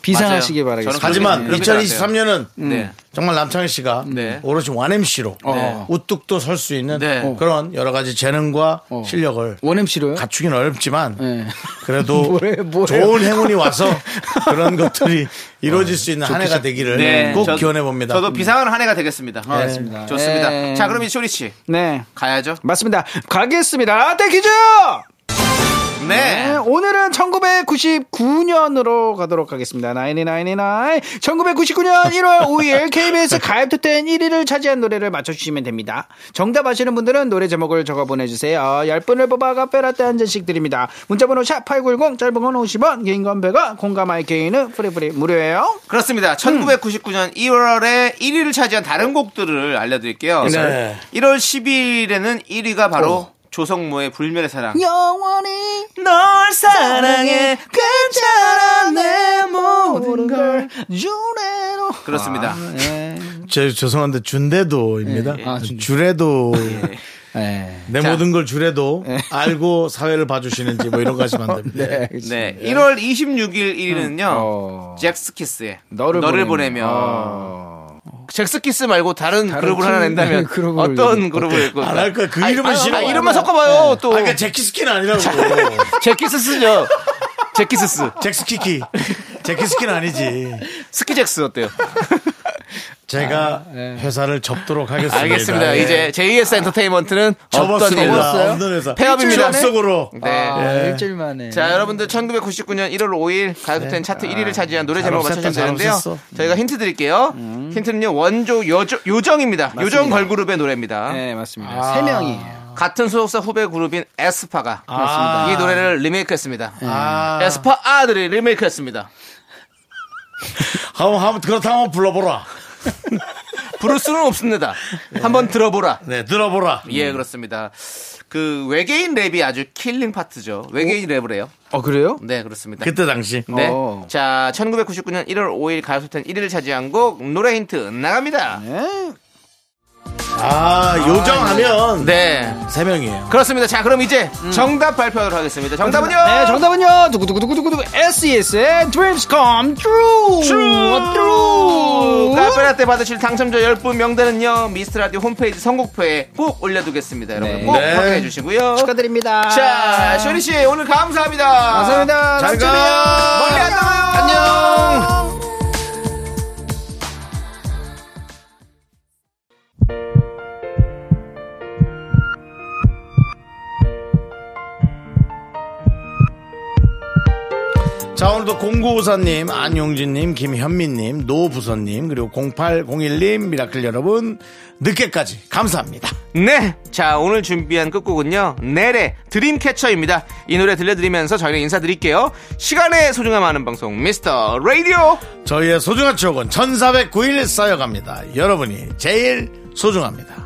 S6: 비상하시길
S2: 맞아요.
S6: 바라겠습니다.
S2: 저는
S1: 하지만
S2: 그렇게 생각해요.
S1: 2023년은
S2: 네.
S1: 정말 남창희 씨가
S2: 네.
S1: 오롯이 원 MC로
S6: 네.
S1: 우뚝도 설 수 있는
S2: 네.
S1: 그런 여러 가지 재능과 실력을
S6: 원 MC로요?
S1: 갖추긴 어렵지만
S6: 뭐? 네.
S1: 그래도
S6: 뭐래요, 뭐래요?
S1: 좋은 행운이 와서 그런 것이 이루어질 수 있는 한 해가 되기를
S2: 네,
S1: 꼭
S2: 저도-
S1: 기원해 봅니다.
S2: 저도 비상한 한 해가 되겠습니다. 어,
S6: 알겠습니다.
S2: 좋습니다.
S6: 예.
S2: 자, 그럼 이쇼리 씨
S6: 네.
S2: 가야죠.
S6: 맞습니다. 가겠습니다. 땡키즈!
S7: 네.
S6: 아, 네, 오늘은 1999년으로 가도록 하겠습니다. 9999. 1999년 1월 5일 KBS 가입투텐 1위를 차지한 노래를 맞춰주시면 됩니다. 정답 아시는 분들은 노래 제목을 적어 보내주세요. 10분을 뽑아 카페라떼 한 잔씩 드립니다. 문자번호 샵8910 짧은 건 50원 긴 건 100원 공감 IK는 프리프리 무료예요.
S7: 그렇습니다. 1999년 2월에 1위를 차지한 다른 곡들을 알려드릴게요.
S1: 네.
S7: 1월 12일에는 1위가 바로 조성모의 불멸의 사랑.
S6: 영원히
S7: 널
S2: 네.
S7: 사랑해, 괜찮아, 내
S6: 모든 걸 주례로
S7: 그렇습니다.
S6: 예.
S1: 제 죄송한데 준대도입니다.
S6: 예, 예. 아, 준대.
S1: 주래도
S6: 예.
S1: 내
S7: 자.
S1: 모든 걸 주래도 알고 사회를 봐주시는지 뭐 이런 거 하시면 안 됩니다.
S6: 네.
S7: 네. 1월 26일 1위는요,
S6: 어.
S7: 잭스키스의
S6: 너를,
S7: 너를,
S6: 보내면.
S7: 보내면.
S6: 어.
S7: 잭스키스 말고 다른,
S6: 팀,
S7: 그룹을 하나 낸다면
S6: 그룹을
S7: 어떤 그룹을
S1: 안 할 거야. 그 이름은 싫어.
S7: 아, 이름만 섞어봐요,
S1: 아,
S7: 또.
S1: 그러니까 제키스키는 아니라고.
S7: 잭키스스죠. 잭키스스.
S1: 잭스키키. 제키스키는 아니지.
S7: 스키잭스 어때요?
S1: 제가 회사를 접도록 하겠습니다.
S7: 알겠습니다.
S1: 예.
S7: 이제 JS 엔터테인먼트는 어떤
S1: 접었습니다.
S7: 일로?
S1: 없는 회사.
S7: 폐업입니다.
S1: 속으로.
S7: 네.
S6: 아,
S1: 예.
S6: 일주일 만에.
S7: 자, 여러분들 1999년 1월 5일 가요톱텐 차트 1위를 차지한 노래 제목을
S1: 네. 아, 잘
S7: 맞춰주시면
S1: 없앴다, 잘
S7: 되는데요.
S1: 없앴어. 음.
S7: 저희가 힌트 드릴게요. 힌트는요. 원조 여조, 요정입니다. 요정 걸그룹의 노래입니다.
S6: 네, 맞습니다. 세 명이에요.
S7: 같은 소속사 후배 그룹인 에스파가
S1: 맞습니다.
S7: 아, 이 노래를 리메이크했습니다.
S1: 아,
S7: 에스파 아들이 리메이크했습니다.
S1: 한번, 한번, 그렇다 한번 불러보라.
S7: 부를 수는 없습니다. 한번 들어보라.
S1: 네, 들어보라.
S7: 예, 그렇습니다. 그 외계인 랩이 아주 킬링 파트죠. 외계인 랩을 해요.
S6: 어, 그래요?
S7: 네, 그렇습니다.
S1: 그때 당시.
S7: 네.
S6: 어.
S7: 자, 1999년 1월 5일 가요톱텐 1위를 차지한 곡 노래 힌트 나갑니다.
S1: 아, 요정하면.
S7: 네.
S1: 세 명이에요.
S7: 그렇습니다. 자, 그럼 이제 정답 발표하도록 하겠습니다. 정답은요?
S6: 네, 정답은요. 두구두구두구두구 E SES의 Dreams Come True. True.
S7: 카페라떼 받으실 당첨자 10분 명단은요. 미스트라디오 홈페이지 선곡표에 꼭 올려두겠습니다. 여러분 꼭
S1: 네.
S7: 확인해 주시고요.
S6: 축하드립니다.
S7: 자, 쇼리 씨 오늘 감사합니다.
S6: 감사합니다.
S1: 잘 가.
S7: 멀리 안 나가요. 안녕.
S1: 자, 오늘도 0954님, 안용진님, 김현민님, 노부선님, 그리고 0801님, 미라클 여러분, 늦게까지 감사합니다.
S7: 네. 자, 오늘 준비한 끝곡은요. 넬의 드림캐쳐입니다. 이 노래 들려드리면서 저희는 인사드릴게요. 시간의 소중함 아는 방송, 미스터 라디오!
S1: 저희의 소중한 추억은 1409일 쌓여갑니다. 여러분이 제일 소중합니다.